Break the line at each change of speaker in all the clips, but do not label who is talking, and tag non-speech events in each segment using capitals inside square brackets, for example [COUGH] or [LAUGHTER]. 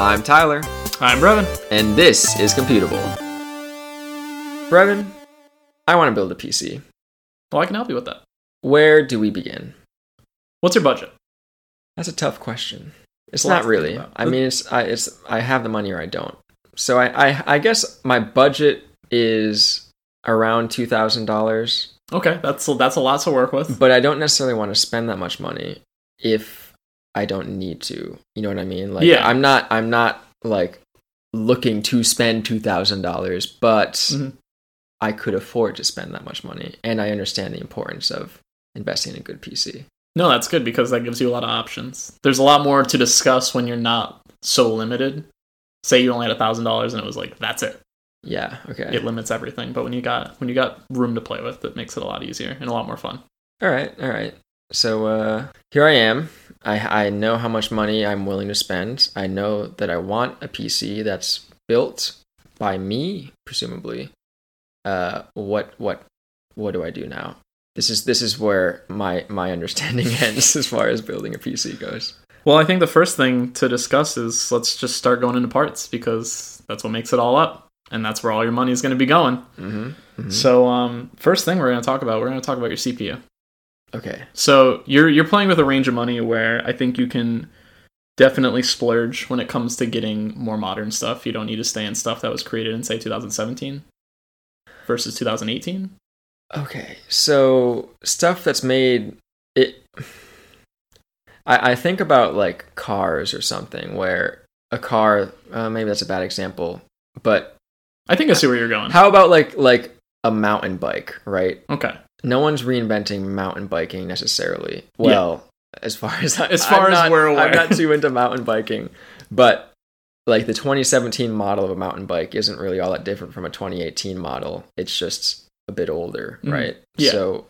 I'm Tyler,
I'm Brevin.
and this is Computable. Brevin, I want to build a PC.
Well, I can help you with that.
Where do we begin?
What's your budget?
That's a tough question. It's
Well,
not really.
that's-
I mean, it's I it's I have the money or I don't. So I I, I guess my budget is around two thousand dollars,
Okay, that's that's a lot to work with.
but I don't necessarily want to spend that much money if I don't need to. You know what I mean? Like
Yeah.
I'm not I'm not like looking to spend two thousand dollars, but
Mhm.
I could afford to spend that much money, and I understand the importance of investing in a good PC.
[LAUGHS] No, that's good because that gives you a lot of options. There's a lot more to discuss when you're not so limited. Say you only had a thousand dollars and it was like that's it.
Yeah. Okay.
It limits everything. But when you got when you got room to play with, it makes it a lot easier and a lot more fun.
All right, all right. So uh, here I am. I I know how much money I'm willing to spend. I know that I want a PC that's built by me, presumably. Uh, what what what do I do now? This is this is where my my [LAUGHS] understanding ends as far as building a PC goes.
Well, I think the first thing to discuss is let's just start going into parts because that's what makes it all up, and that's where all your money is going to be going.
hmm
So, um, first thing we're going to talk about, we're going to talk about your CPU.
Okay.
So you're you're playing with a range of money where I think you can definitely splurge when it comes to getting more modern stuff. You don't need to stay in stuff that was created in say 2017 versus 2018.
Okay, so stuff that's made it. I, I think about like cars or something where a car. Uh, maybe that's a bad example, but
I think I see where you're going.
how about like like a mountain bike, right?
okay.
No one's reinventing mountain biking necessarily.
Yeah.
Well, as far as I,
As far
I'm
as
not-
we're aware.
I'm not too into mountain biking, but like the 2017 model of a mountain bike isn't really all that different from a 2018 model. It's just a bit older,
Mhm.
right?
Yeah.
So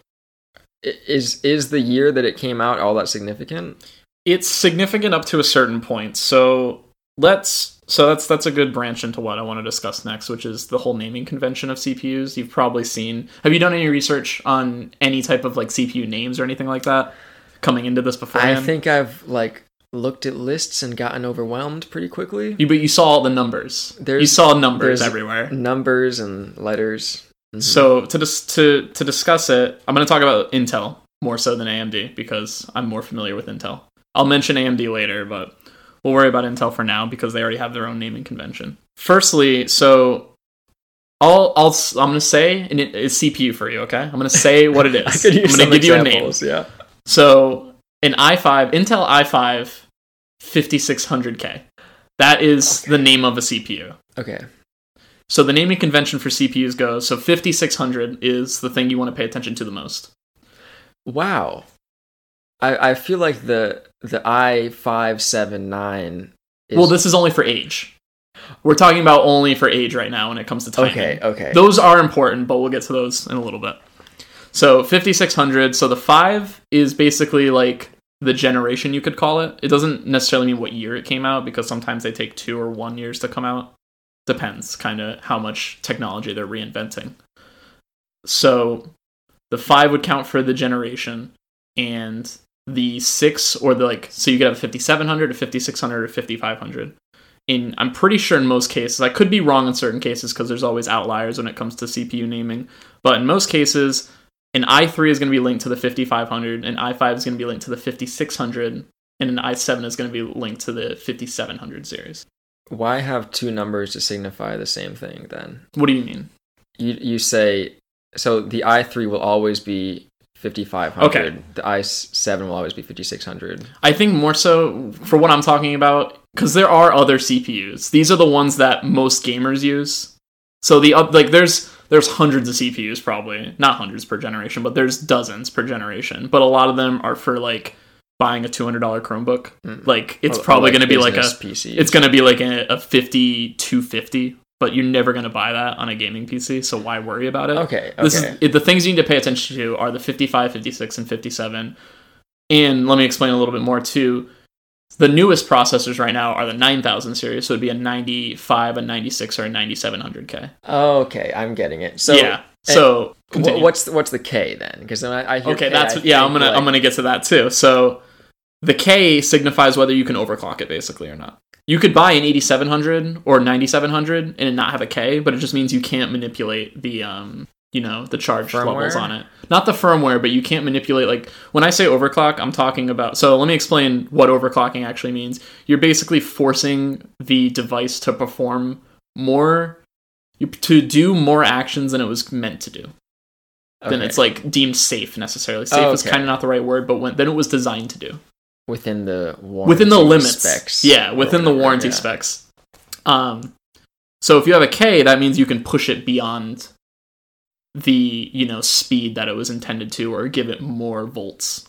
i- is is the year that it came out all that significant?
It's significant up to a certain point. So let's so that's that's a good branch into what I want to discuss next, which is the whole naming convention of CPUs. You've probably seen Have you done any research on any type of like CPU names or anything like that coming into this beforehand?
I think I've like looked at lists and gotten overwhelmed pretty quickly.
You, but you saw all the numbers. you
There's-
saw
there's-
numbers
Mm-hmm.
everywhere.
Numbers and letters. Mhm.
So to dis- to to discuss it, I'm going to talk about Intel more so than AMD because I'm more familiar with Intel. I'll mention AMD later, but we'll worry about Intel for now because they already have their own naming convention. Firstly, so I'll I'll s- I'm going to say and it, it's CPU for you, okay? I'm going to
[LAUGHS]
say what it
[LAUGHS]
is.
I could use
I'm gonna
some
give you a name.
examples. Yeah.
So an i5, Intel i5 5600K. That is the name of a CPU.
Okay.
So the naming convention for CPUs goes so 5600 is the thing you want to pay attention to the most.
Wow. I I feel like the the I five seven nine. Is,
well, this is only for age. We're talking about only for age right now when it comes to timing.
okay okay
Those are important, but we'll get to those in a little bit. So 5600, so the 5 is basically like the generation you could call it. It doesn't necessarily mean what year it came out because sometimes they take 2 or 1 years to come out. Depends kind of how much technology they're reinventing. So the 5 would count for the generation and the 6 or the like so you could have a 5700 to 5600 or 5500 in I'm pretty sure in most cases. I could be wrong in certain cases because there's always outliers when it comes to CPU naming. But in most cases, an i3 is going to be linked to the 5500, an i5 is going to be linked to the 5600, and an i7 is going to be linked to the 5700 series.
why have two numbers to signify the same thing then
What do you mean?
you you say so the i three will always be fifty five hundred the i seven will always be fifty six hundred
I think more so for what I'm talking about because there are other CPUs. These are the ones that most gamers use. So the oth- like there's there's hundreds of CPUs probably not hundreds per generation, but there's dozens per generation. But a lot of them are for like buying a two hundred dollar Chromebook. Like it's probably going to be like a
PC
it's going to be like a, a fifty two fifty, but you're never going to buy that on a gaming PC. So why worry about it?
okay okay
This is it- the things you need to pay attention to are the 55, 56, and 57. And let me explain a little bit more too. The newest processors right now are the 9000 series, so it'd be a 95, a 96, or a 9700K.
okay I'm getting it so
yeah. So
wh-
continue.
what's the, what's the K then because then I, I hear
okay,
K,
that's
I
yeah.
think,
I'm gonna
like,
I'm gonna get to that too. So The K signifies whether you can overclock it basically or not. You could buy an 8700 or 9700 and it not have a K, but it just means you can't manipulate the um you know the charge
Firmware?
levels on it. Not the firmware, but you can't manipulate like when I say overclock, I'm talking about. So let me explain what overclocking actually means. You're basically forcing the device to perform more you- to do more actions than it was meant to do then
Okay.
it's like deemed safe necessarily. Safe is
okay.
kind of not the right word, but when, then it was designed to do
within the warranty
within the limits.
specs.
Yeah, within the
Whatever,
warranty
yeah.
specs. Um, so if you have a K, that means you can push it beyond the you know speed that it was intended to, or give it more volts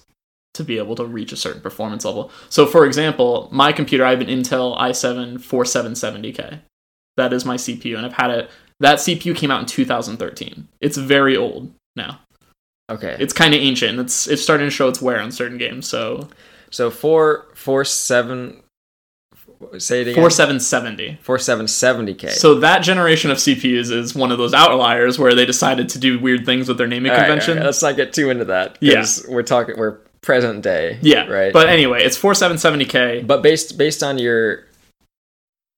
to be able to reach a certain performance level. So for example, my computer, I have an Intel i7 4770K. That is my CPU, and I've had it. That CPU came out in 2013. It's very old now
Okay.
it's kind of ancient. and It's it's starting to show its wear on certain games. So
so four four seven. Say it again.
four seven seventy.
Four seven seventy k.
So that generation of CPUs is one of those outliers where they decided to do weird things with their naming convention.
let's not get too into that. 'cause We're talking. We're present day.
yeah,
Right.
But anyway, it's four seven seventy K.
But based based on your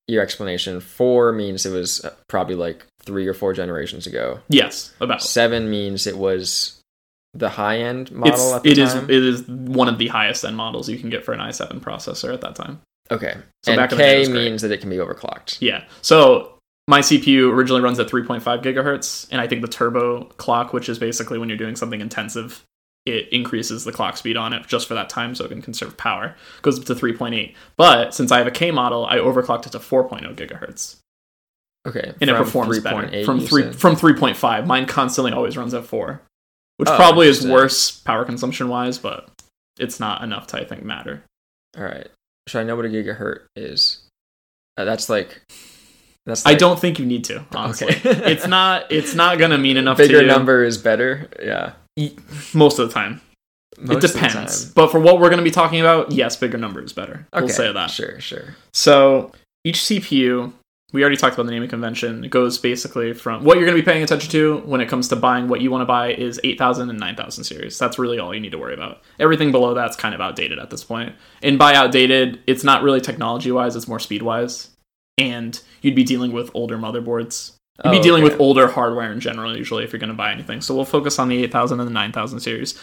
your explanation, four means it was uh, probably like three or four generations ago.
Yes, about.
Seven means it was the high end model
It's
at the
it is
time.
it is one of the highest end models you can get for an i7 processor at that time.
okay,
So
and
back in the day, it
K
was great.
means that it can be overclocked.
Yeah. So my CPU originally runs at 3.5 gigahertz, and I think the turbo clock, which is basically when you're doing something intensive, it increases the clock speed on it just for that time so it can conserve power. Goes up to 3.8. But since I have a K model, I overclocked it to 4.0 gigaherts,
Okay,
and it
from
performs
3.8
better from
you
three
said.
from 3.5. Mine constantly always runs at four, which
Oh,
probably is
interesting.
worse power consumption wise, but it's not enough to I think matter.
All right, should I know what a gigahertz is? Uh, that's like that's.
I
like-
don't think you need to. Honestly,
Okay,
[LAUGHS] it's not. It's not
[LAUGHS]
gonna mean enough.
bigger
to you.
number is better. Yeah,
most of the time.
Most
it
of the
depends.
time.
But for what we're going to be talking about, yes, bigger number is better.
Okay,
We'll say that.
Sure, sure.
So each CPU, we already talked about the naming convention, it goes basically from what you're going to be paying attention to when it comes to buying what you want to buy is 8000 and 9000 series. That's really all you need to worry about. Everything below that's kind of outdated at this point. And by outdated, it's not really technology wise, it's more speed wise. And you'd be dealing with older motherboards. You'd be
Oh,
dealing
okay.
with older hardware in general, usually, if you're going to buy anything. So we'll focus on the 8000 and the 9000 series.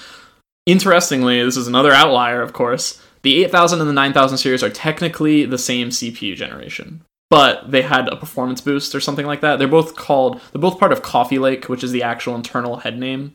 Interestingly, this is another outlier, of course. The 8000 and the 9000 series are technically the same CPU generation, but they had a performance boost or something like that. They're both called, they're both part of Coffee Lake, which is the actual internal head name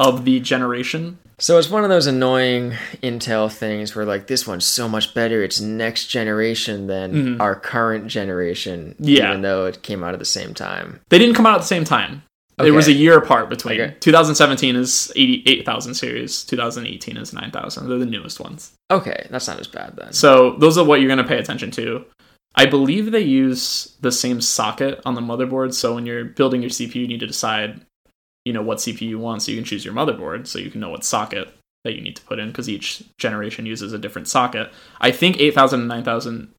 of the generation.
So it's one of those annoying Intel things where like this one's so much better. It's next generation than
Mhm.
our current generation,
Yeah.
even though it came out at the same time.
They didn't come out at the same time. There was a
Okay.
year apart between.
Okay.
2017 is 88,000 series, 2018 is 9,000. They're the newest ones.
Okay, that's not as bad then.
So those are what you're going to pay attention to. I believe they use the same socket on the motherboard. So when you're building your CPU, you need to decide, you know, what CPU you want. So you can choose your motherboard, so you can know what socket that you need to put in because each generation uses a different socket. I think 8000 and 9000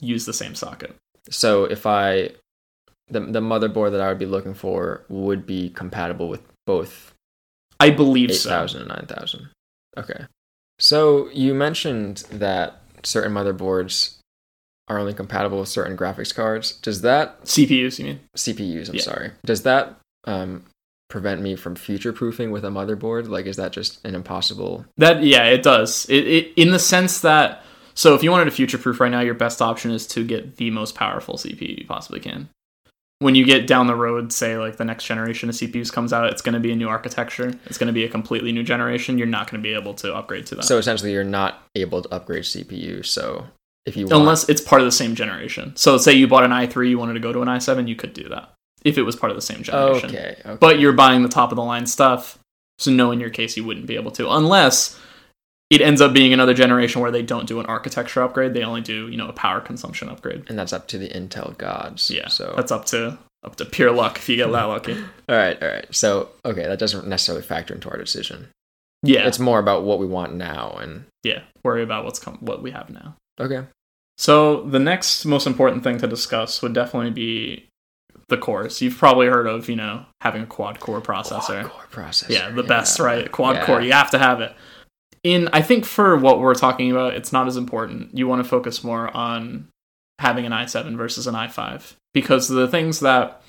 use the same socket.
So if I the the motherboard that I would be looking for would be compatible with both
I believe
eight
so.
thousand and nine thousand. Okay. So you mentioned that certain motherboards are only compatible with certain graphics cards. Does that
CPUs, you mean?
CPUs. I'm
Yeah.
sorry. Does that um, prevent me from future proofing with a motherboard? Like, is that just an impossible?
That yeah, it does. It, it in the sense that so if you wanted to future proof right now, your best option is to get the most powerful CPU you possibly can. When you get down the road, say like the next generation of CPUs comes out, it's going to be a new architecture. It's going to be a completely new generation. You're not going to be able to upgrade to that
So essentially, you're not able to upgrade CPU. So if you want,
unless it's part of the same generation. So say you bought an i3, you wanted to go to an i7, you could do that if it was part of the same
Oh,
generation.
okay, okay,
but you're buying the top of the line stuff. So no, in your case, you wouldn't be able to unless it ends up being another generation where they don't do an architecture upgrade. They only do you know a power consumption upgrade.
and that's up to the Intel gods.
Yeah,
So
that's up to up to pure luck if you get that
[LAUGHS]
lucky.
all right, all right. So okay, that doesn't necessarily factor into our decision.
Yeah,
It's more about what we want now. And
yeah. Worry about what's come what we have now.
okay,
So the next most important thing to discuss would definitely be the cores. You've probably heard of you know having a quad core
Quad
processor.
core processor.
Yeah, the best, right? Quad core, you have to have it. in I think for what we're talking about, it's not as important. You want to focus more on having an i7 versus an i5 because the things that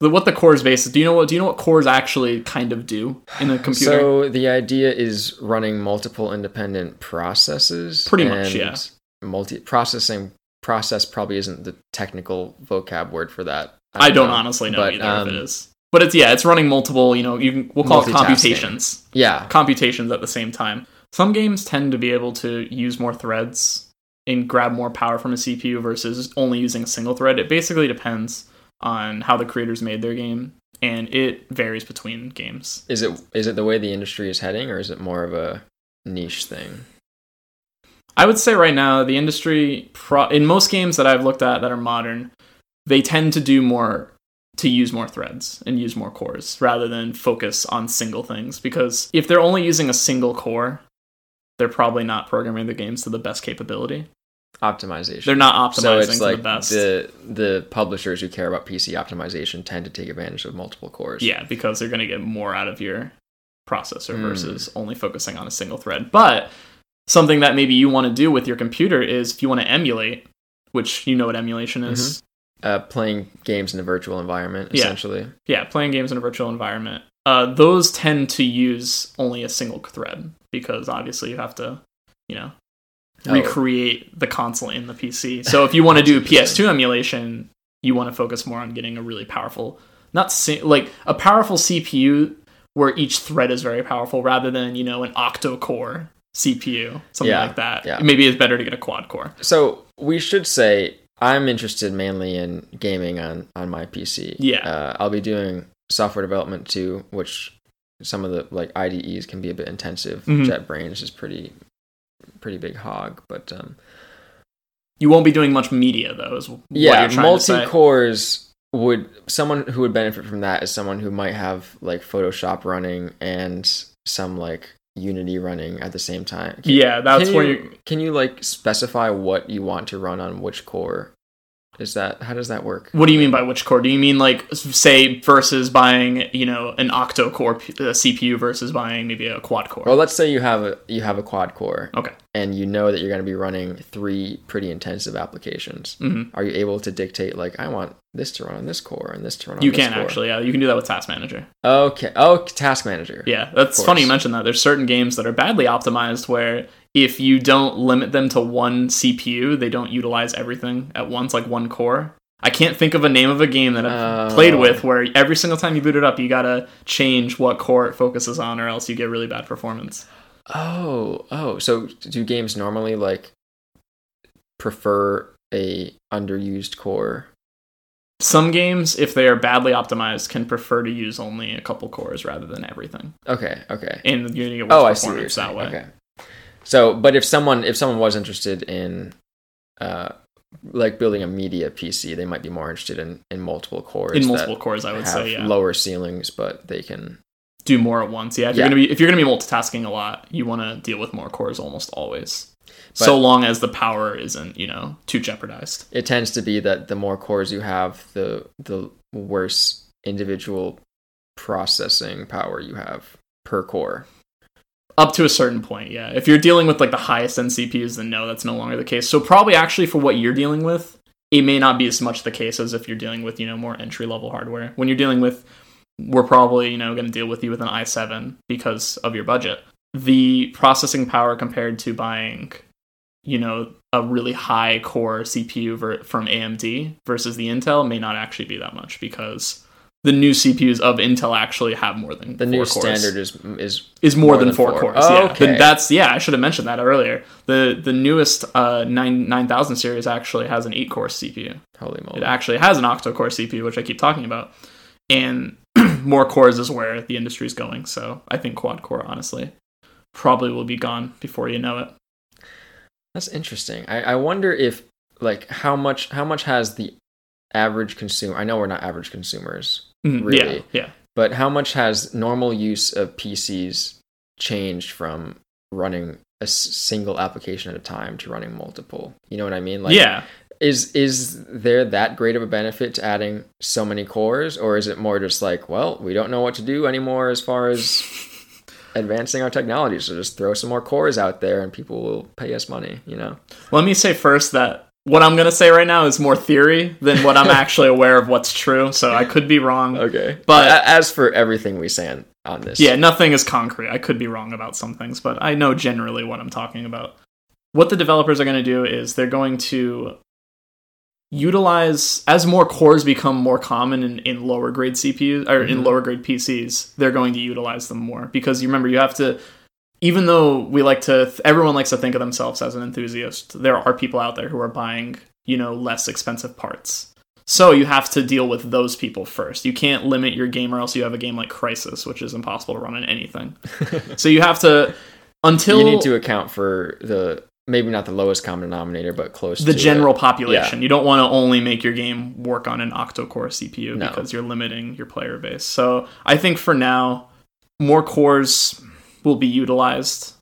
the, what the cores base do you know what do you know what cores actually kind of do in a computer?
So the idea is running multiple independent processes.
Pretty
and
much, yeah.
Multi processing process probably isn't the technical vocab word for that.
I don't honestly know
but,
either if
um,
it is. But it's yeah, it's running multiple, you know, you can we'll call it
Multitasking.
computations.
Yeah,
Computations at the same time. Some games tend to be able to use more threads and grab more power from a CPU versus only using a single thread. It basically depends on how the creators made their game and it varies between games.
is it is it the way the industry is heading, or is it more of a niche thing?
I would say right now the industry pro- in most games that I've looked at that are modern, they tend to do more to use more threads and use more cores rather than focus on single things because if they're only using a single core, they're probably not programming the games to the best capability.
Optimization.
They're not optimizing
so it's
to
like
the best.
the the publishers who care about PC optimization tend to take advantage of multiple cores.
Yeah, because they're going to get more out of your processor
Hmm.
versus only focusing on a single thread. But something that maybe you want to do with your computer is if you want to emulate, which you know what emulation is.
uh, playing games in a virtual environment
Yeah.
essentially.
yeah, playing games in a virtual environment, uh, those tend to use only a single thread because obviously you have to, you know,
Oh.
recreate the console in the PC. So if you want to do
That's interesting.
PS2 emulation, you want to focus more on getting a really powerful, not si- like a powerful CPU where each thread is very powerful rather than, you know, an octo core CPU, something
Yeah,
like that.
yeah.
Maybe it's better to get a quad core.
So we should say I'm interested mainly in gaming on on my PC.
Yeah.
uh, I'll be doing software development too, which some of the like IDEs can be a bit intensive.
Mhm.
JetBrains is pretty pretty big hog, but um,
You won't be doing much media though, is what
yeah,
you're trying to say.
multi cores would someone who would benefit from that is someone who might have like Photoshop running and some like Unity running at the same time. Can-
Yeah, that's
can
where
you,
you
can you like specify what you want to run on which core? Is that how does that work?
What do you mean by which core? Do you mean like s- say versus buying you know an octo core p- uh, CPU versus buying maybe a quad core?
Well, let's say you have a you have a quad core,
okay.
and you know that you're going to be running three pretty intensive applications.
hmm
Are you able to dictate like I want this to run on this core and this to run on
You
this
can
core?
actually, yeah, you can do that with Task Manager.
Okay. Oh, Task Manager.
Yeah, that's
course.
funny you mentioned that. There's certain games that are badly optimized where if you don't limit them to one CPU, they don't utilize everything at once, like one core. I can't think of a name of a game that I've
Oh.
played with where every single time you boot it up, you gotta change what core it focuses on, or else you get really bad performance.
Oh, oh. So do games normally like prefer a underused core?
Some games, if they are badly optimized, can prefer to use only a couple cores rather than everything,
Okay. Okay.
and you're gonna get worse
Oh, I see. what you're
performance that
saying.
way.
Okay. So, but if someone if someone was interested in, uh, like building a media PC, they might be more interested in in multiple cores.
In
that
multiple cores, I would
have
say, yeah,
lower ceilings, but they can.
do more at once. Yeah, if you're
Yeah.
gonna be if you're gonna be multitasking a lot, you want to deal with more cores almost always, so long as the power isn't you know too jeopardized.
It tends to be that the more cores you have, the the worse individual processing power you have per core.
Up to a certain point, yeah. If you're dealing with like the highest end CPUs, then no, that's no longer the case. So probably actually for what you're dealing with, it may not be as much the case as if you're dealing with you know more entry level hardware. When you're dealing with, we're probably you know going to deal with you with an i7 because of your budget. The processing power compared to buying, you know, a really high core CPU ver- from AMD versus the Intel may not actually be that much because the new CPUs of Intel actually have more than
The new
four cores
standard is is
is more, than, four, cores.
Oh,
yeah.
okay.
Then that's yeah. I should have mentioned that earlier. the The newest uh, nine nine thousand series actually has an eight core CPU.
holy moly.
It actually has an octo core CPU, which I keep talking about. And [CLEARS THROAT] more cores is where the industry is going. So I think quad core, honestly, probably will be gone before you know it.
That's interesting. I, I wonder if like how much how much has the average consumer I know we're not average consumers,
Mm,
Really?
Yeah, yeah.
but how much has normal use of PCs changed from running a s- single application at a time to running multiple? You know what I mean? Like
yeah.
is is there that great of a benefit to adding so many cores or is it more just like, well, we don't know what to do anymore as far as advancing our technology. So just throw some more cores out there and people will pay us money, you know?
Let me say first that what I'm gonna say right now is more theory than what I'm
[LAUGHS]
actually aware of what's true. So I could be wrong.
Okay.
[LAUGHS] But-
But as for everything we say on, on this,
Yeah, nothing is concrete. I could be wrong about some things, but I know generally what I'm talking about. What the developers are going to do is they're going to utilize as more cores become more common in, in lower grade CPUs or in
Mhm.
lower grade PCs, they're going to utilize them more because you remember you have to even though we like to everyone likes to think of themselves as an enthusiast, there are people out there who are buying, you know, less expensive parts. So you have to deal with those people first. You can't limit your game, or else you have a game like Crisis, which is impossible to run on
[LAUGHS]
anything. so you have to until
you need to account for the maybe not the lowest common denominator, but close
the
to
general
it.
population. You don't want to only make your game work on an octa-core CPU
No.
because you're limiting your player base. So I think for now, more cores will be utilized.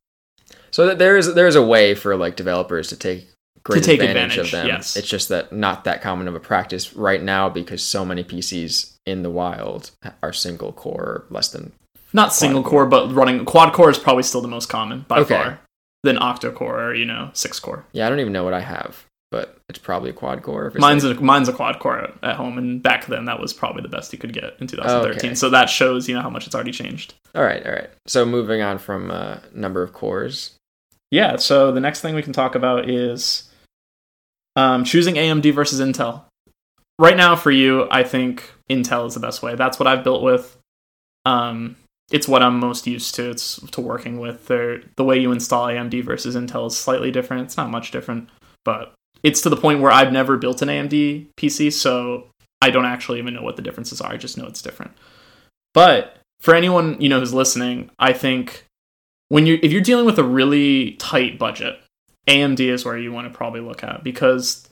So that there is there is a way for like developers to take great
take
advantage,
advantage,
of them.
yes.
It's just that not that common of a practice right now because so many PCs in the wild are single core, less than
Not single core, but running quad core is probably still the most common by
Okay.
far. Than octa-core or you know six core.
yeah. I don't even know what I have, but it's probably a quad core. if it's
Mine's
like-
a mine's a quad core at home, and back then that was probably the best you could get in 2013.
Oh, Okay.
So that shows you know how much it's already changed.
all right, all right. So moving on from uh, number of cores.
Yeah. So the next thing we can talk about is um, choosing AMD versus Intel. Right now, for you, I think Intel is the best way. That's what I've built with. Um, it's what I'm most used to. It's to working with. They're, the way you install AMD versus Intel is slightly different. It's not much different, but it's to the point where I've never built an AMD PC, so I don't actually even know what the differences are. I just know it's different. But for anyone you know who's listening, I think when you if you're dealing with a really tight budget, AMD is where you want to probably look at because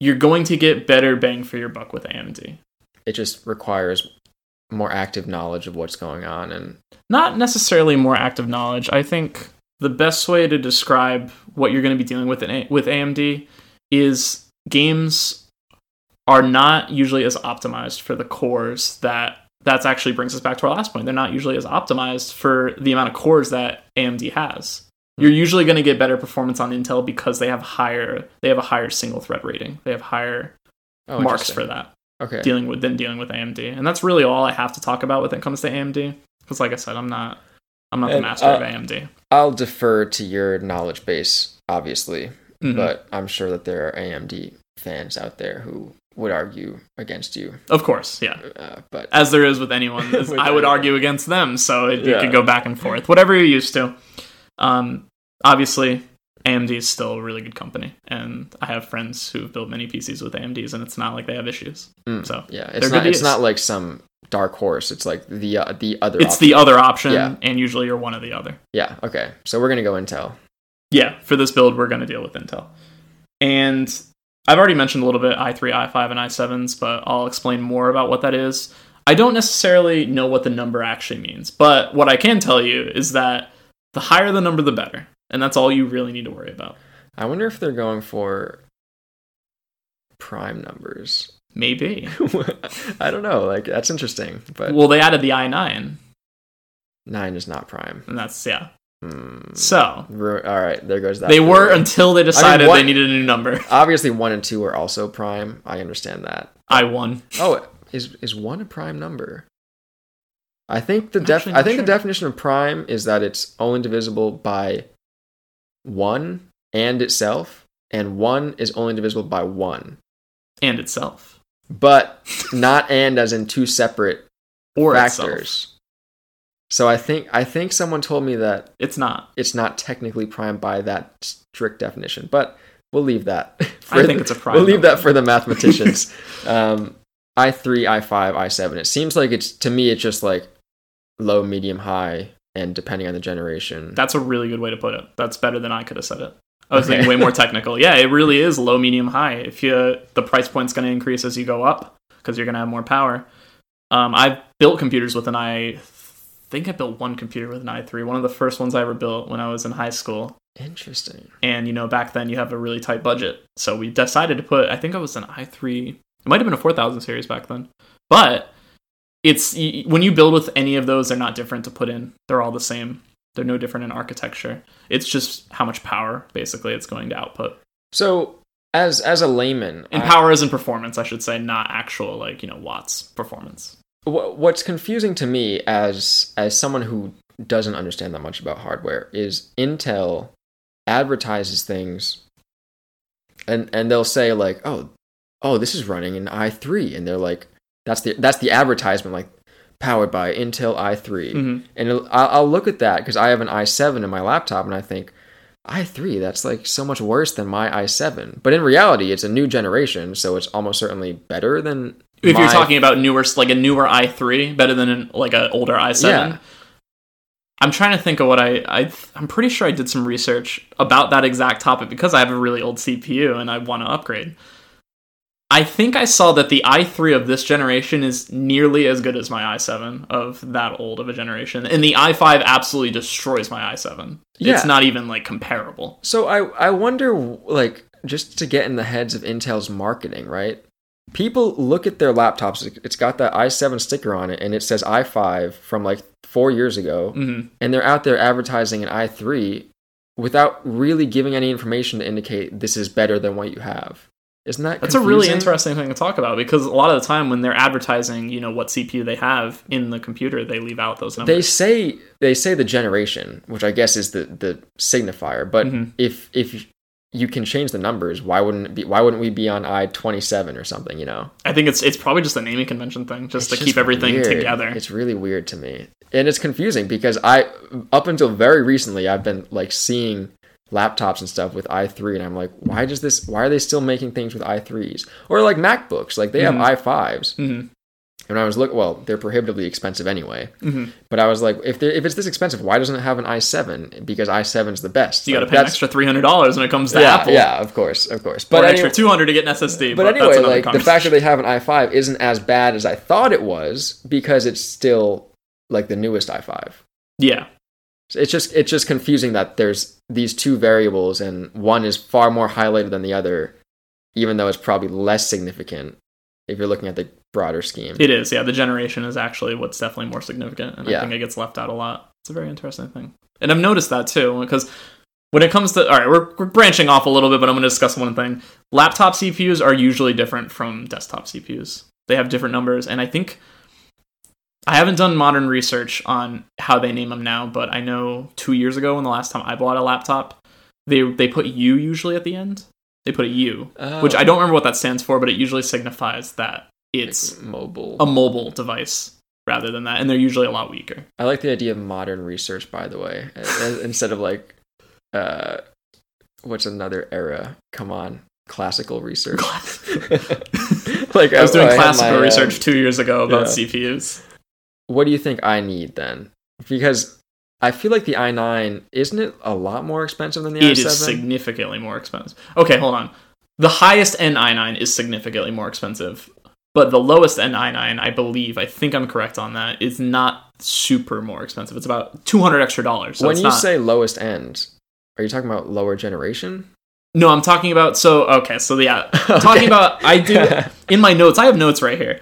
you're going to get better bang for your buck with AMD.
It just requires more active knowledge of what's going on and
Not necessarily more active knowledge. I think the best way to describe what you're going to be dealing with in a- with AMD is games are not usually as optimized for the cores that that's actually brings us back to our last point. They're not usually as optimized for the amount of cores that AMD has. You're
Hmm.
usually going to get better performance on Intel because they have higher they have a higher single thread rating. They have higher
oh,
marks
interesting.
for that
Okay.
dealing with than dealing with AMD. And that's really all I have to talk about when it comes to AMD. Because like I said, I'm not I'm not the
And,
master
uh,
of AMD.
I'll defer to your knowledge base, obviously,
Mhm.
but I'm sure that there are AMD fans out there who would argue against you.
of course, yeah.
Uh, but
As there is with
[LAUGHS]
anyone, is
With
I
anyone.
would argue against them. So it, you
Yeah.
could go back and forth, whatever you're used to. Um, obviously, AMD is still a really good company, and I have friends who've built many PCs with AMDs, and it's not like they have issues.
Mm.
So
yeah,
They're
it's not,
good
it's
deals.
not like some dark horse. It's like the uh, the other.
it's
option.
the other option,
Yeah.
and usually you're one or the other.
yeah. Okay, so we're gonna go Intel.
yeah, for this build, we're going to deal with Intel. And I've already mentioned a little bit i3, i5, and i7s, but I'll explain more about what that is. I don't necessarily know what the number actually means, but what I can tell you is that the higher the number, the better. And that's all you really need to worry about.
I wonder if they're going for prime numbers. [LAUGHS]
Maybe.
I don't know. Like that's interesting, but
[LAUGHS] Well, they added the i9,
nine is not prime.
and that's, yeah.
Hmm.
So
Ru- All right, there goes that.
they were
theory.
until they decided
what-
they needed a new number. [LAUGHS]
obviously one and two are also prime. I understand that.
i1.
Oh, is is one a prime number? I think the
I'm
def-
actually
I
not
think
sure.
the definition of prime is that it's only divisible by one and itself, and one is only divisible by one,
And itself.
but not and as in two separate
Or
factors.
itself.
So I think I think someone told me that
It's not.
it's not technically prime by that strict definition, but we'll leave that. [LAUGHS]
I
for
think
the-
it's a prime.
we'll leave
number.
that for the mathematicians. [LAUGHS] um, I three, I five, I seven. It seems like it's to me. It's just like low, medium, high, and depending on the generation.
That's a really good way to put it. That's better than I could have said it. I was
Okay.
thinking way more technical. Yeah, it really is low, medium, high. If you the price point's going to increase as you go up because you're going to have more power. Um, I've built computers with an i. Think I built one computer with an i3. One of the first ones I ever built when I was in high school.
Interesting.
And you know, back then you have a really tight budget, so we decided to put. I think I was an i3. It might have been a 4000 series back then, but it's y- when you build with any of those, they're not different to put in. They're all the same. They're no different in architecture. It's just how much power basically it's going to output.
So as as a layman,
And
I-
power is in performance, I should say, not actual like you know watts performance.
Wha- what's confusing to me as as someone who doesn't understand that much about hardware is Intel advertises things and and they'll say like oh oh this is running an i3 and they're like that's the that's the advertisement like powered by Intel i3
Mhm.
and it'll- I'll, I'll look at that because I have an i7 in my laptop and I think i3 that's like so much worse than my i7 but in reality it's a new generation so it's almost certainly better than
If you're
my
talking about newer, like a newer i3, better than an, like an older i7.
Yeah.
I'm trying to think of what I, I I'm pretty sure I did some research about that exact topic because I have a really old CPU and I want to upgrade. I think I saw that the i3 of this generation is nearly as good as my i7 of that old of a generation, and the i5 absolutely destroys my i7.
Yeah.
It's not even like comparable.
So I I wonder like just to get in the heads of Intel's marketing, right? People look at their laptops. It's got that i7 sticker on it, and it says i5 from like four years ago,
hmm
and they're out there advertising an i3 without really giving any information to indicate this is better than what you have. Isn't that
That's a really
confusing?
interesting thing to talk about because a lot of the time when they're advertising, you know, what CPU they have in the computer, they leave out those
They
numbers.
say they say the generation, which I guess is the the signifier. But
Mhm.
if if you can change the numbers, why wouldn't it be? Why wouldn't we be on i twenty seven or something? You know.
I think it's it's probably just a naming convention thing, just to
It's
keep everything
weird.
together.
It's really weird to me. And it's confusing because I up until very recently I've been like seeing laptops and stuff with i3 and I'm like why does this why are they still making things with i3s or like MacBooks like they
Mhm.
have i5s
hmm
and I was look well they're prohibitively expensive anyway
hmm
but I was like if they if it's this expensive why doesn't it have an i7 because i7's the best
You got to
Like,
pay an
that's-
extra three hundred dollars when it comes to
yeah
Apple.
yeah of course of course but
But or an
anyway-
extra two hundred to get an SSD.
but,
But, that's
anyway,
another
like the fact that
conversation.
they have an i5 isn't as bad as I thought it was because it's still like the newest i5.
yeah,
So it's just it's just confusing that there's these two variables and one is far more highlighted than the other, even though it's probably less significant if you're looking at the broader scheme.
it is. Yeah, the generation is actually what's definitely more significant, and
Yeah.
I think it gets left out a lot. It's a very interesting thing, and I've noticed that too because when it comes to all right, we're, we're branching off a little bit, but I'm going to discuss one thing. Laptop CPUs are usually different from desktop CPUs. They have different numbers, and I think I haven't done modern research on how they name them now, but I know two years ago when the last time I bought a laptop, they they put U usually at the end. They put a U, which I don't remember what that stands for, but it usually signifies that it's
mobile.
a mobile device rather than that, and they're usually a lot weaker.
I like the idea of modern research, by the way, [LAUGHS] as- as- instead of like, uh, what's another era? Come on, classical research. [LAUGHS] like
I was doing
had
classical
my, uh,
research two years ago about
yeah.
CPUs.
what do you think I need then? Because I feel like the i9 isn't it a lot more expensive than the
It
i7?
is significantly more expensive. Okay, hold on. The highest end i9 is significantly more expensive, but the lowest end i9, I believe, I think I'm correct on that, is not super more expensive. It's about 200 extra dollars. So
when
it's
you
not-
say lowest end, are you talking about lower
[LAUGHS]
generation? [LAUGHS]
No, I'm talking about so okay, so yeah, talking about I do
[LAUGHS]
in my notes. I have notes right here.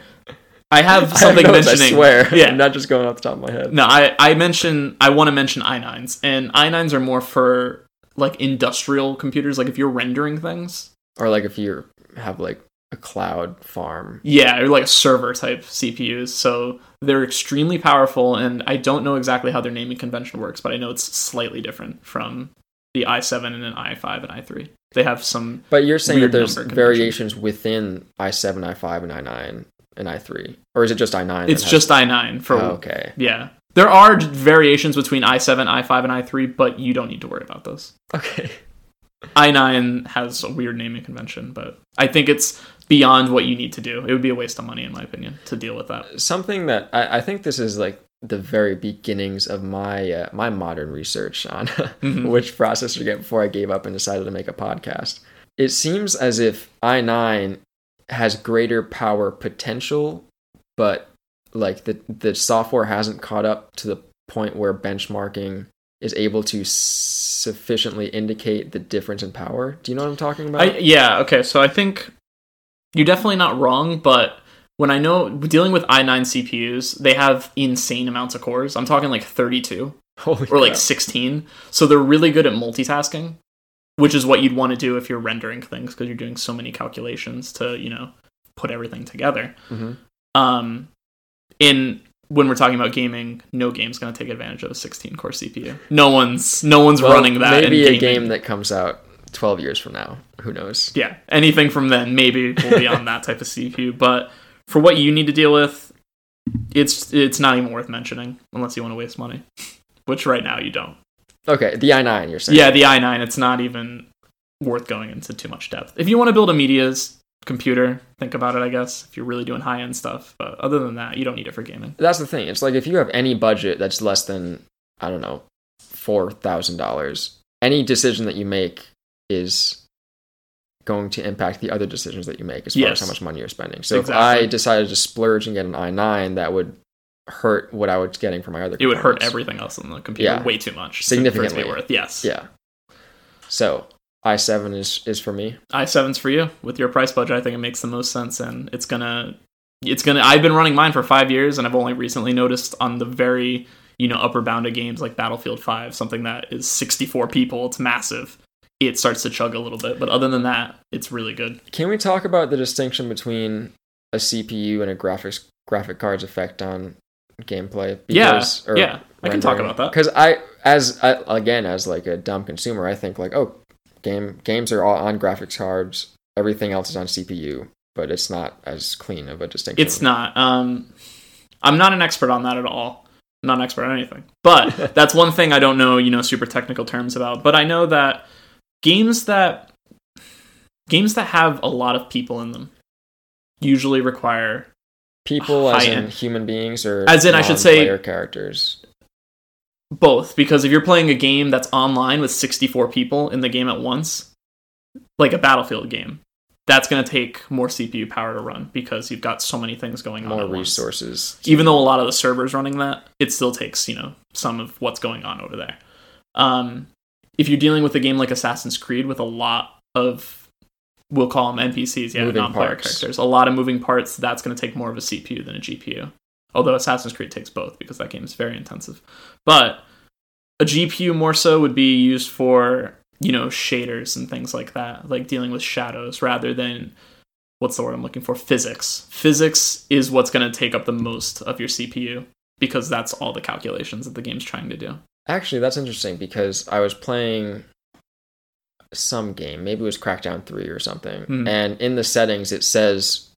I have
I
something
have notes,
mentioning.
I swear.
Yeah.
I'm not just going off the top of my head.
No, I I mention I want to mention i9s and i9s are more for like industrial computers like if you're rendering things.
Or like if you have like a cloud farm.
Yeah, or like server type CPUs. So they're extremely powerful and I don't know exactly how their naming convention works, but I know it's slightly different from the i7 and an i5 and i3. They have some
But you're saying
Weird
that there's
number convention.
variations within i7, i5, and i9 and i3, or is it just i9?
it's
that has-
just i9 for
Oh, okay.
Yeah. There are variations between i7, i5, and i3, but you don't need to worry about those.
Okay.
i9 has a weird naming convention, but I think it's beyond what you need to do. It would be a waste of money, in my opinion, to deal with that.
something that I, I think this is like the very beginnings of my uh, my modern research on [LAUGHS]
Mhm.
which processor to get before I gave up and decided to make a podcast. It seems as if i9 has greater power potential, but like the the software hasn't caught up to the point where benchmarking is able to sufficiently indicate the difference in power. Do you know what I'm talking about?
I, yeah, okay, so I think you're definitely not wrong, but when I know dealing with i9 CPUs, they have insane amounts of cores. I'm talking like 32
Holy
or like
crap.
16. So they're really good at multitasking, which is what you'd want to do if you're rendering things because you're doing so many calculations to, you know, put everything together.
Mhm.
Um, in when we're talking about gaming, no game's going to take advantage of a 16 core CPU. No one's no one's
Well,
running that. in
Maybe a
gaming.
game that comes out 12 years from now. Who knows?
yeah, anything from then maybe will be on that type of CPU. [LAUGHS] But for what you need to deal with, it's it's not even worth mentioning unless you want to waste money, [LAUGHS] which right now you don't.
Okay, the i9 you're saying.
Yeah, the i9, it's not even worth going into too much depth. If you want to build a media's computer, think about it, I guess, if you're really doing high end stuff. But other than that, you don't need it for gaming.
That's the thing. It's like if you have any budget that's less than I don't know, $4,000, any decision that you make is going to impact the other decisions that you make as far as
Yes.
how much money you're spending. So if I
Exactly.
decided to splurge and get an i9, that would hurt what I was getting for my other
It would hurt
components.
everything else on the computer
Yeah.
way too much. to- for it to be
Significantly.
worth. Yes.
Yeah. So i7 is is for me.
i7's for you with your price budget i think it makes the most sense and it's gonna it's gonna i've been running mine for five years and i've only recently noticed on the very you know upper bound of games like battlefield 5 something that is 64 people it's massive it starts to chug a little bit but other than that it's really good
Can we talk about the distinction between a CPU and a graphics graphic card's effect on gameplay?
Yeah, yeah, I can talk about that.
Because I, as I, again, as like a dumb consumer, I think like, oh, game games are all on graphics cards. Everything else is on CPU, but it's not as clean of a distinction.
it's not um i'm not an expert on that at all i'm not an expert on anything but that's one thing i don't know you know super technical terms about but i know that games that games that have a lot of people in them usually require
people as in
high-end.
human beings or
As in, I should say-
non-player characters.
both because if you're playing a game that's online with 64 people in the game at once like a battlefield game that's going to take more cpu power to run because you've got so many things going on
More
at once.
resources.
even though a lot of the servers running that, it still takes you know some of what's going on over there. Um, if you're dealing with a game like Assassin's Creed with a lot of we'll call them NPCs, yeah,
Moving
non-player
parts.
characters, a lot of moving parts, that's going to take more of a CPU than a GPU. Although Assassin's Creed takes both because that game is very intensive, but a GPU more so would be used for you know shaders and things like that, like dealing with shadows rather than what's the word I'm looking for? Physics. Physics is what's going to take up the most of your CPU because that's all the calculations that the game's trying to do.
Actually, that's interesting because I was playing some game, maybe it was Crackdown 3 or something,
Mhm.
and in the settings it says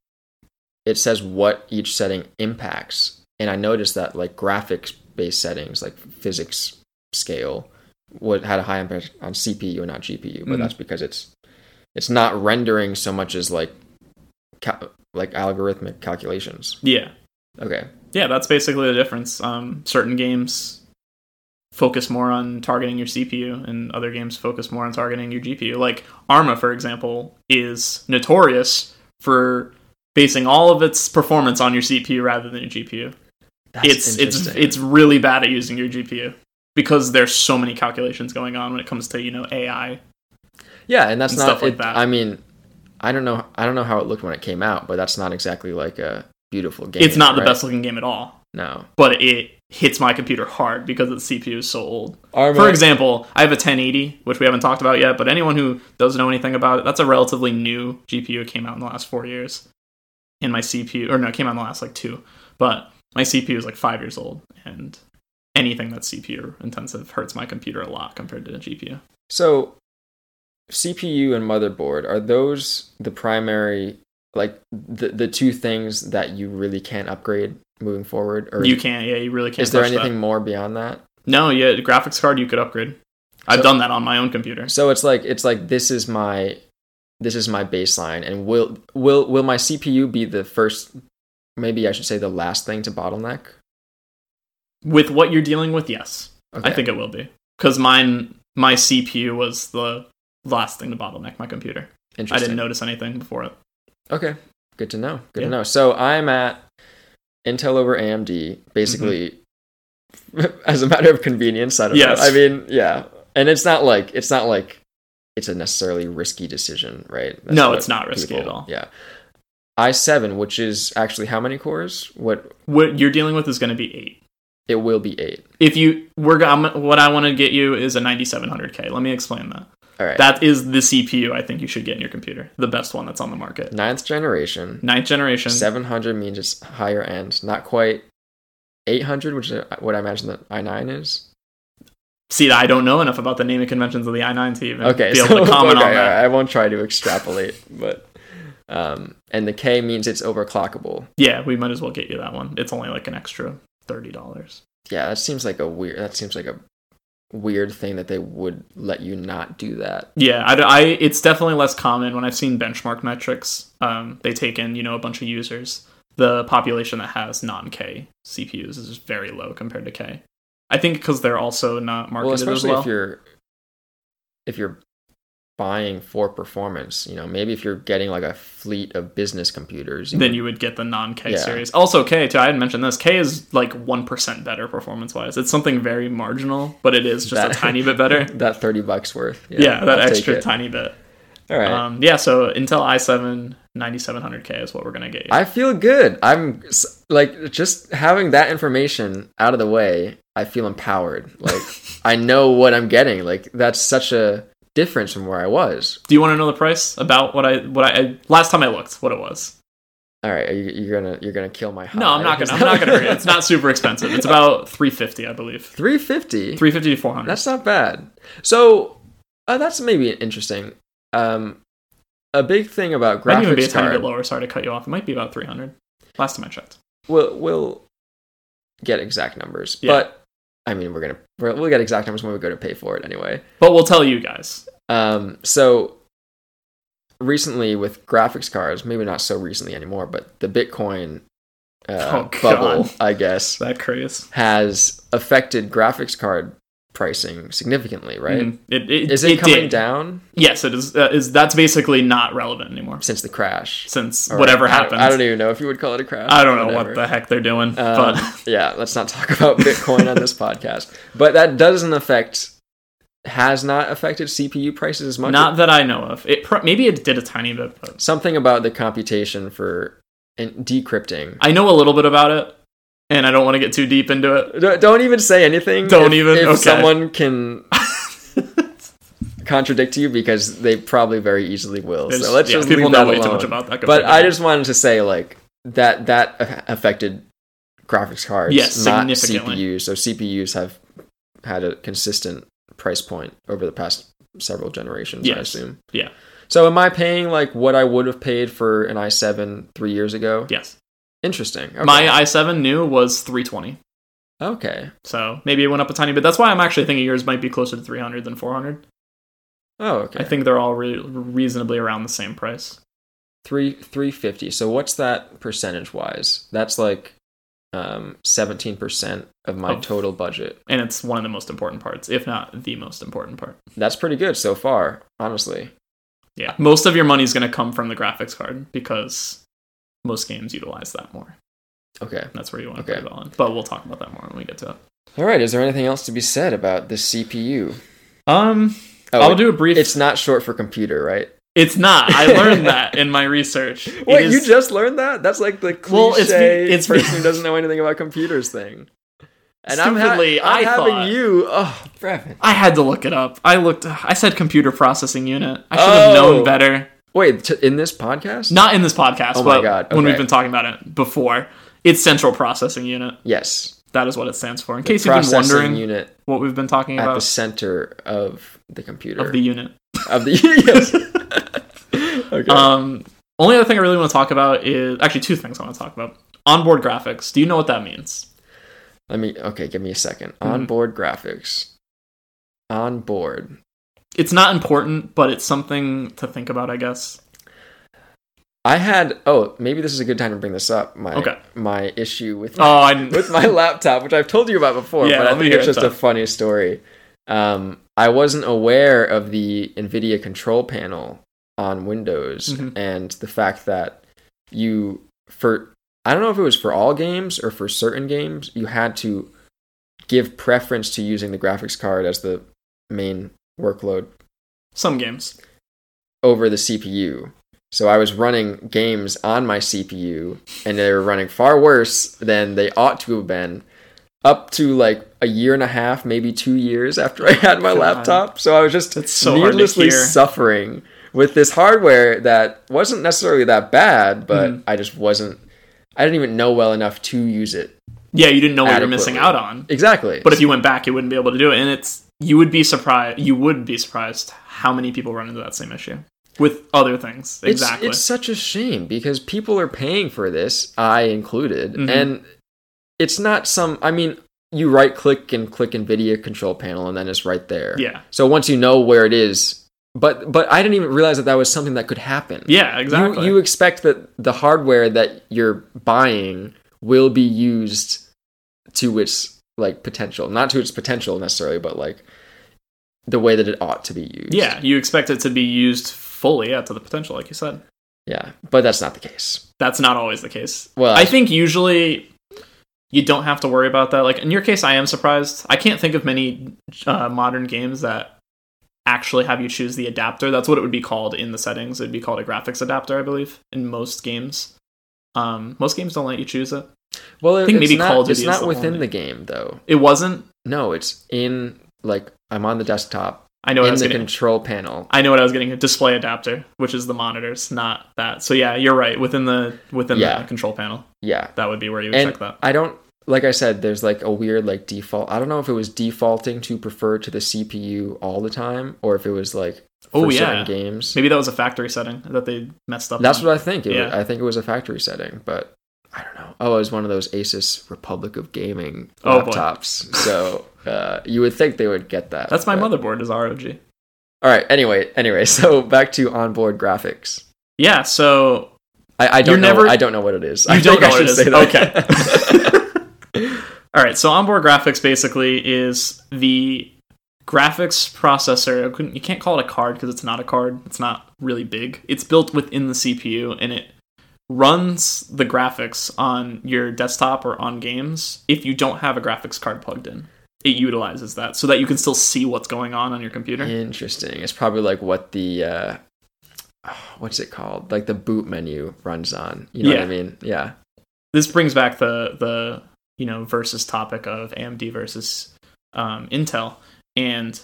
it says what each setting impacts. And I noticed that like graphics based settings like physics scale would had a high impact on CPU and not GPU, but
Mhm.
that's because it's it's not rendering so much as like cal- like algorithmic calculations.
Yeah.
Okay.
Yeah, that's basically the difference. Um, certain games focus more on targeting your CPU, and other games focus more on targeting your GPU. Like Arma, for example, is notorious for basing all of its performance on your CPU rather than your GPU.
That's
it's it's
interesting.
it's really bad at using your GPU because there's so many calculations going on when it comes to you know AI.
Yeah, and that's
and
not.
stuff like
it,
that.
I mean, I don't know. I don't know how it looked when it came out, but that's not exactly like a beautiful game.
it's not the
right?
best looking game at all,
No.
but it hits my computer hard because the CPU is so old.
Arma,
For example, I have a 1080, which we haven't talked about yet, but anyone who doesn't know anything about it, that's a relatively new GPU. It came out in the last four years. And my CPU, or no, it came out in the last like two, but my CPU is like five years old. And anything that's CPU intensive hurts my computer a lot compared to a GPU.
So, CPU and motherboard are those the primary like the the two things that you really can't upgrade moving forward, or
You can't, yeah, you really can't.
is there
touch that.
anything more beyond that?
No, yeah, the graphics card you could upgrade. I've
So-
done that on my own computer.
So it's like it's like this is my this is my baseline, and will will will my CPU be the first? Maybe I should say the last thing to bottleneck.
With what you're dealing with, yes,
Okay.
I think it will be because mine, my CPU was the last thing to bottleneck my computer. I
Interesting.
didn't notice anything before it.
Okay. Good to know. Good
Yeah.
to know. So I'm at Intel over AMD, basically [LAUGHS] as a matter of convenience. I don't
Yes.
know. I mean, yeah. And it's not like it's not like it's a necessarily risky decision, right?
No,
what
it's not risky
people-
at all.
Yeah. i7, which is actually how many cores? What
What you're dealing with is going to be eight.
it will be eight.
If you we're I'm, what I want to get you is a 9700K. Let me explain that.
All right.
That is the CPU I think you should get in your computer, the best one that's on the market.
Ninth generation.
Ninth generation.
700 means it's higher end, not quite 800, which is what I imagine that i9 is.
See, I don't know enough about the naming conventions of the i9 to even
Okay,
be able
so
to comment on
okay,
that.
I won't try to extrapolate, but um, and the K means it's overclockable.
Yeah, we might as well get you that one. It's only like an extra thirty dollars.
Yeah, that seems like a weird. That seems like a weird thing that they would let you not do that.
Yeah, I, I- it's definitely less common when I've seen benchmark metrics. Um, they take in you know a bunch of users. The population that has non K CPUs is just very low compared to K. I think because they're also not
well,
marketed as
especially
well.
if you're if you're buying for performance, you know, maybe if you're getting like a fleet of business computers,
then you would get the non K
Yeah.
series. Also, K too. I didn't mention this. K is like one percent better performance wise. It's something very marginal, but it is just
That- [LAUGHS]
a tiny bit better.
that thirty bucks worth.
Yeah, that
I'll take
extra
it.
tiny bit.
All right.
Um, yeah, so Intel i7 9700K is what we're gonna get. you.
I feel good. I'm s- like just having that information out of the way. I feel empowered.
[LAUGHS]
Like I know what I'm getting. Like that's such a difference from where I was.
Do you want to know the price about what I what I, I last time I looked what it was?
All right, are you, you're gonna you're gonna kill my. High.
No, I'm
[LAUGHS]
not gonna. I'm not gonna. Read it. It's not super expensive. It's about 350, I believe.
Three fifty.
350 to 400.
That's not bad. So uh, that's maybe interesting. Um, a big thing about
might even be a
graphics
tiny bit
card
lower. Sorry to cut you off. It might be about 300. Last time I checked.
will will get exact numbers,
Yeah.
but I mean we're gonna we're, we'll get exact numbers when we go to pay for it anyway.
But we'll tell you guys.
Um, so recently with graphics cards, maybe not so recently anymore, but the Bitcoin uh,
[LAUGHS] Oh, God.
bubble, I guess,
That craze,
has affected graphics card pricing significantly, right?
Mhm. It, it,
Mm-hmm. Is it, coming
did.
down
Yes, it is. Uh, is that's basically not relevant anymore
since the crash?
since
Or-
whatever
I don't-
happened.
I don't even know if you would call it a crash.
I don't know
whatever.
what the heck they're
Um,
doing, but
yeah, let's not talk
[LAUGHS]
about Bitcoin on this podcast. But that doesn't affect, has not affected CPU prices as [LAUGHS] much.
[LAUGHS] not that I know of. It pro- maybe it did a tiny bit, but
something about the computation for in- decrypting
I know a little bit about it, and I don't want to get too deep into it.
Don't, don't even say anything. if-
Don't even?
If
Okay.
someone
[LAUGHS]
can contradict you, because they probably very easily will.
There's-
so let's
yeah,
just
people
leave
know
that
way
alone.
too much about that. compared
but
to
I
me.
just wanted to say, like that that a- affected graphics cards,
Yes,
not
significantly.
CPUs. So CPUs have had a consistent price point over the past several generations. I
Yes.
assume.
Yeah.
So am I paying like what I would have paid for an i7 three years ago?
yes,
Interesting. Okay.
my i7 new was 320,
okay.
so maybe it went up a tiny bit. That's why I'm actually thinking yours might be closer to 300 than 400.
Oh, okay.
I think they're all re- reasonably around the same price.
three three fifty. So what's that percentage wise? That's like um seventeen percent of my
Of-
total budget.
And it's one of the most important parts, if not the most important part.
That's pretty good so far, honestly.
Yeah. Most of your money is going to come from the graphics card because most games utilize that more.
Okay.
That's where you want to
Okay.
put it all in. But we'll talk about that more when we get to it.
All right. Is there anything else to be said about the CPU?
Um,
Oh,
I'll
it-
do a brief.
It's not short for computer, right?
It's not. I learned that in my research.
[LAUGHS]
It
Wait,
is-
you just learned that? That's like the cliche
Well, it's be- it's be-
person who doesn't know anything about computers thing. And I'm, ha-
Stupidly,
I'm
I
having
thought-
you. Oh, Brevin.
I had to look it up. I looked. I said computer processing unit. I should have
Oh.
known better.
Wait, t- in this podcast?
Not in this podcast,
Oh my
but
God,
when
okay.
we've been talking about it before. It's central processing unit.
Yes.
That is what it stands for. In case you've been
Processing
wondering
unit
what we've been talking
at the
about
center of the computer.
of the unit.
[LAUGHS] of the [LAUGHS] yes. okay.
Um, only other thing I really want to talk about is actually two things I want to talk about. Onboard graphics. Do you know what that means?
Let me. Okay, give me a 2nd
Mhm.
Onboard graphics. Onboard.
It's not important, but it's something to think about,
[LAUGHS]
I guess.
I had. Oh, maybe this is a good time to bring this up. My
Okay.
my issue with
Oh, I
with my [LAUGHS] laptop, which I've told you about before,
Yeah,
but I
let me
think
hear
it's
it,
just a
Tom.
funny story. Um, I wasn't aware of the NVIDIA control panel on Windows
Mhm.
and the fact that you, for, I don't know if it was for all games or for certain games, you had to give preference to using the graphics card as the main workload
some games.
over the CPU. So I was running games on my CPU, and they were running far worse than they ought to have been. Up to like a year and a half, maybe two years after I had my
God.
laptop. So I was just
That's so hard to
needlessly
hear.
suffering with this hardware that wasn't necessarily that bad, but
Mhm.
I just wasn't. I didn't even know well enough to use it
Yeah, you didn't know what you're
Adequately.
missing out on.
exactly.
But if you went back, you wouldn't be able to do it. And it's you would be surprised. You would be surprised how many people run into that same issue with other things.
It's-
Exactly.
It's, such a shame because people are paying for this, I included,
Mhm.
and it's not some. I mean, you right click and click NVIDIA control panel, and then it's right there.
yeah.
So once you know where it is, but but I didn't even realize that that was something that could happen.
Yeah. Exactly.
You, you expect that the hardware that you're buying will be used to its like potential, not to its potential necessarily, but like the way that it ought to be used.
yeah. You expect it to be used fully yeah, to the potential, like you said.
yeah. But that's not the case.
That's not always the case.
Well,
I think usually you don't have to worry about that. Like in your case, I am surprised. I can't think of many uh, modern games that actually have you choose the adapter. That's what it would be called in the settings. It would be called a graphics adapter, I believe, in most games. Um, most games don't let you choose it.
Well, I
think
it's
maybe
not,
Call of Duty
It's
is
not
the
within
only-
the game though.
It wasn't.
No, it's in like I'm on the desktop
I know what I
in
was
the
getting.
control panel.
I know what I was getting. A display adapter, which is the monitors, not that. So yeah, you're right. Within the within
Yeah.
the control panel,
Yeah,
that would be where you would
and
check that.
I don't like I said. There's like a weird like default. I don't know if it was defaulting to prefer to the CPU all the time, or if it was like for
Oh,
certain
yeah.
games.
Maybe that was a factory setting that they messed up.
That's
on.
what I think. It was,
Yeah.
I think it was a factory setting, but I don't know. Oh, it was one of those Asus Republic of Gaming
Oh, boy.
laptops. so uh, you would think they would get that.
That's my
but-
motherboard is ROG.
All right. Anyway, anyway. [LAUGHS] So back to onboard graphics.
Yeah, so
I, I don't
You're
know.
never-
I don't know what it is.
you
I
don't
think I
know what it
should
is.
say that.
Okay. all right, so onboard graphics basically is the graphics processor. I couldn't- You can't call it a card because it's not a card. It's not really big. It's built within the CPU and it runs the graphics on your desktop or on games if you don't have a graphics card plugged in. It utilizes that so that you can still see what's going on on your
[LAUGHS]
computer.
Interesting. It's probably like what the uh, [SIGHS] what's it called? Like the boot menu runs on. You know what I
Yeah.
mean? Yeah.
this brings back the the you know versus topic of AMD versus um, Intel, and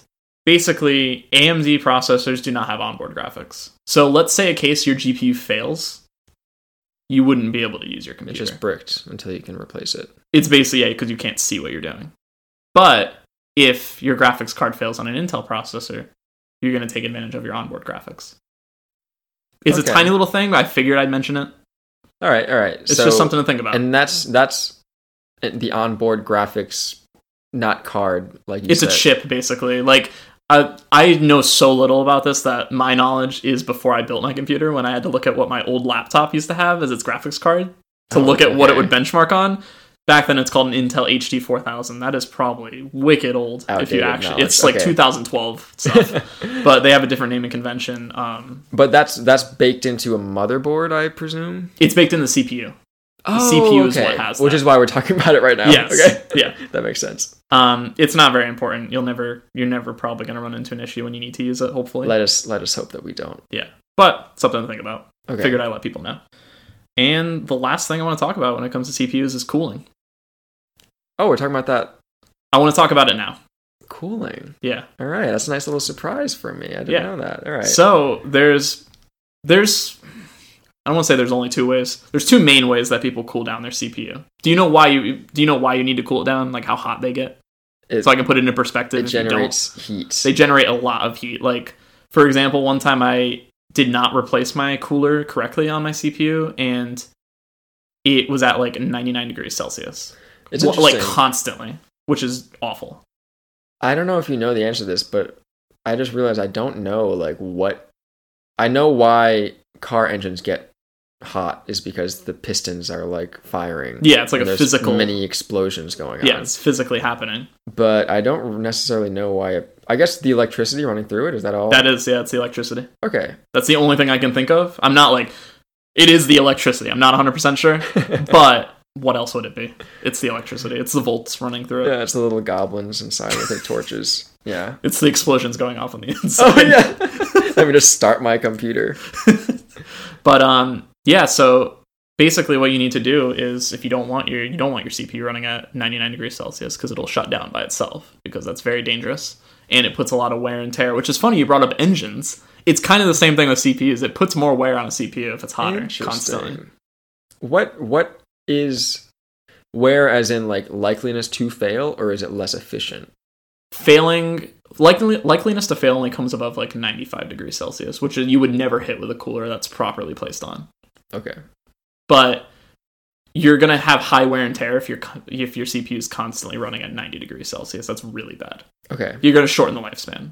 basically AMD processors do not have onboard graphics. So let's say a case your GPU fails, you wouldn't be able to use your
It's
computer. It's,
just bricked until you can replace it.
basically yeah because you can't see what you're doing. But if your graphics card fails on an Intel processor, you're going to take advantage of your onboard graphics. It's
Okay.
a tiny little thing, but I figured I'd mention it.
All right. All right.
It's
so,
just something to think about.
And that's that's the onboard graphics, not card. Like you
it's a
said.
chip basically like I, I know so little about this that my knowledge is before i built my computer when i had to look at what my old laptop used to have as its graphics card to
Oh,
look at what it
okay.
would benchmark on back then it's called an intel hd 4000 that is probably wicked old if
Outdated
you actually
knowledge,
it's like
okay. [LAUGHS]
2012 [LAUGHS] stuff but they have a different naming convention um,
But that's that's baked into a motherboard, I presume.
it's baked in the cpu
Oh,
CPU is what has
which
that.
is why we're talking about it right now.
Yes.
Okay.
Yeah.
that makes sense.
um, it's not very important you'll never you're never probably going to run into an issue when you need to use it hopefully
Let us let us hope that we don't.
yeah but something to think about
Okay.
figured I'd let people know. And the last thing I want to talk about when it comes to CPUs is cooling.
Oh, we're talking about that
I want to talk about it now.
cooling.
Yeah.
All right, that's a nice little surprise for me. I didn't
Yeah.
know that. All right.
So there's there's I don't want to say there's only two ways. There's two main ways that people cool down their CPU. Do you know why you do you know why you need to cool it down? Like how hot they get?
It-
so I can put it into perspective.
it
if you don't.
generates heat.
they generate a lot of heat. Like, for example, one time I did not replace my cooler correctly on my CPU and it was at like 99 degrees Celsius.
It's
Well, like
interesting.
constantly, which is awful.
I don't know if you know the answer to this, but I just realized I don't know like what I know why car engines get hot is because the pistons are like firing.
Yeah, it's like
And
a
there's
physical.
many explosions going on.
yeah, it's physically happening.
But I don't necessarily know why it, I guess the electricity running through it is that all
That is, yeah, it's the electricity. [LAUGHS]
Okay. [LAUGHS]
That's the only thing I can think of. I'm not like, it is the electricity. I'm not
[LAUGHS]
100% sure, but what else would it be? It's the electricity. It's the volts running through it.
Yeah, it's the little goblins inside with their torches. Yeah. [LAUGHS]
It's [LAUGHS] Oh, the explosions going off on the inside.
Oh yeah. Let me just start my computer.
[LAUGHS] But um, yeah, so basically what you need to do is if you don't want your you don't want your CPU running at 99 degrees Celsius because it'll shut down by itself because that's very dangerous and it puts a lot of wear and tear. Which is funny you brought up engines. It's kind of the same thing with CPUs. It puts more wear on a CPU if it's hotter constantly.
Interesting. What what is where as in like likeliness to fail or is it less efficient?
Failing likely, likeliness to fail only comes above like 95 degrees Celsius, which you would never hit with a cooler that's properly placed on.
Okay.
But you're gonna have high wear and tear if your co- if your CPU is constantly running at 90 degrees Celsius. That's really bad.
Okay.
You're gonna shorten the lifespan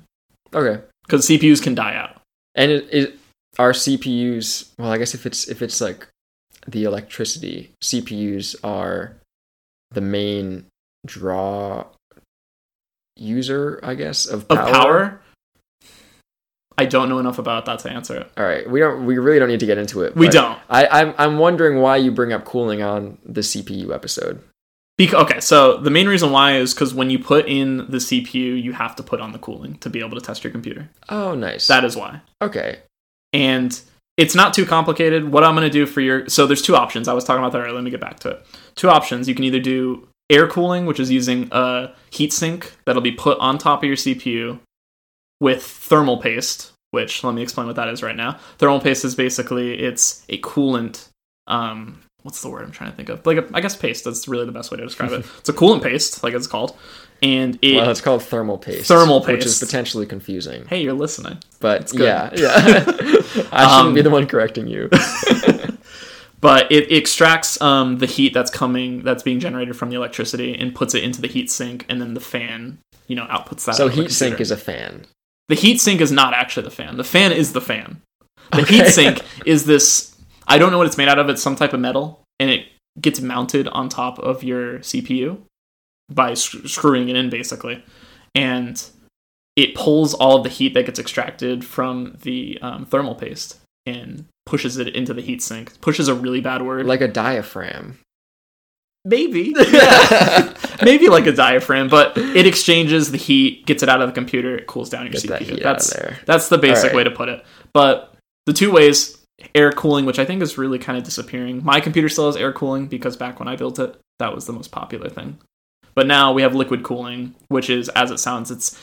Okay.
because CPUs can die out.
And it, it our CPUs, well I guess if it's if it's like the electricity, CPUs are the main draw user, I guess, of
Of
power.
power, I don't know enough about that to answer it.
All right, we don't we really don't need to get into it.
We
but
don't.
I, I'm I'm wondering why you bring up cooling on the CPU episode.
Bec- okay, so the main reason why is because when you put in the CPU, you have to put on the cooling to be able to test your computer.
Oh, nice.
That is why.
okay.
and it's not too complicated. What I'm going to do for your so there's two options. I was talking about that earlier. Let me get back to it. Two options. You can either do air cooling, which is using a heat sink that'll be put on top of your CPU with thermal paste, which let me explain what that is right now. Thermal paste is basically it's a coolant. Um, what's the word I'm trying to think of? Like a, I guess paste. That's really the best way to describe it. It's a coolant paste, like it's called, and it.
Well, it's called thermal paste.
Thermal
which is
paste.
potentially confusing.
hey, you're listening.
But
good.
yeah, yeah. [LAUGHS] I shouldn't
Um,
be the one correcting you.
but it extracts um, the heat that's coming that's being generated from the electricity and puts it into the heat sink and then the fan you know outputs that
So
out of the
heat sink
computer.
is a fan.
the heat sink is not actually the fan the fan is the fan the
Okay.
heat sink is this i don't know what it's made out of it's some type of metal and it gets mounted on top of your cpu by sc- screwing it in basically and it pulls all of the heat that gets extracted from the um, thermal paste and pushes it into the heat sink pushes a really bad word
Like a diaphragm. [LAUGHS]
Maybe. Maybe like a diaphragm, but it exchanges the heat, gets it out of the computer, it cools down your
Get
CPU.
that heat out of
that's
there.
[LAUGHS] that's the basic
Alright.
way to put it. But the two ways air cooling, which I think is really kind of disappearing. My computer still has air cooling because back when I built it, that was the most popular thing. But now we have liquid cooling, which is as it sounds, it's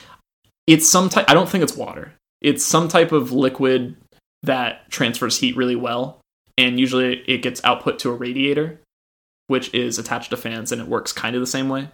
it's some type I don't think it's water. It's some type of liquid that transfers heat really well and usually it gets output to a radiator which is attached to fans and it works kind of the same way.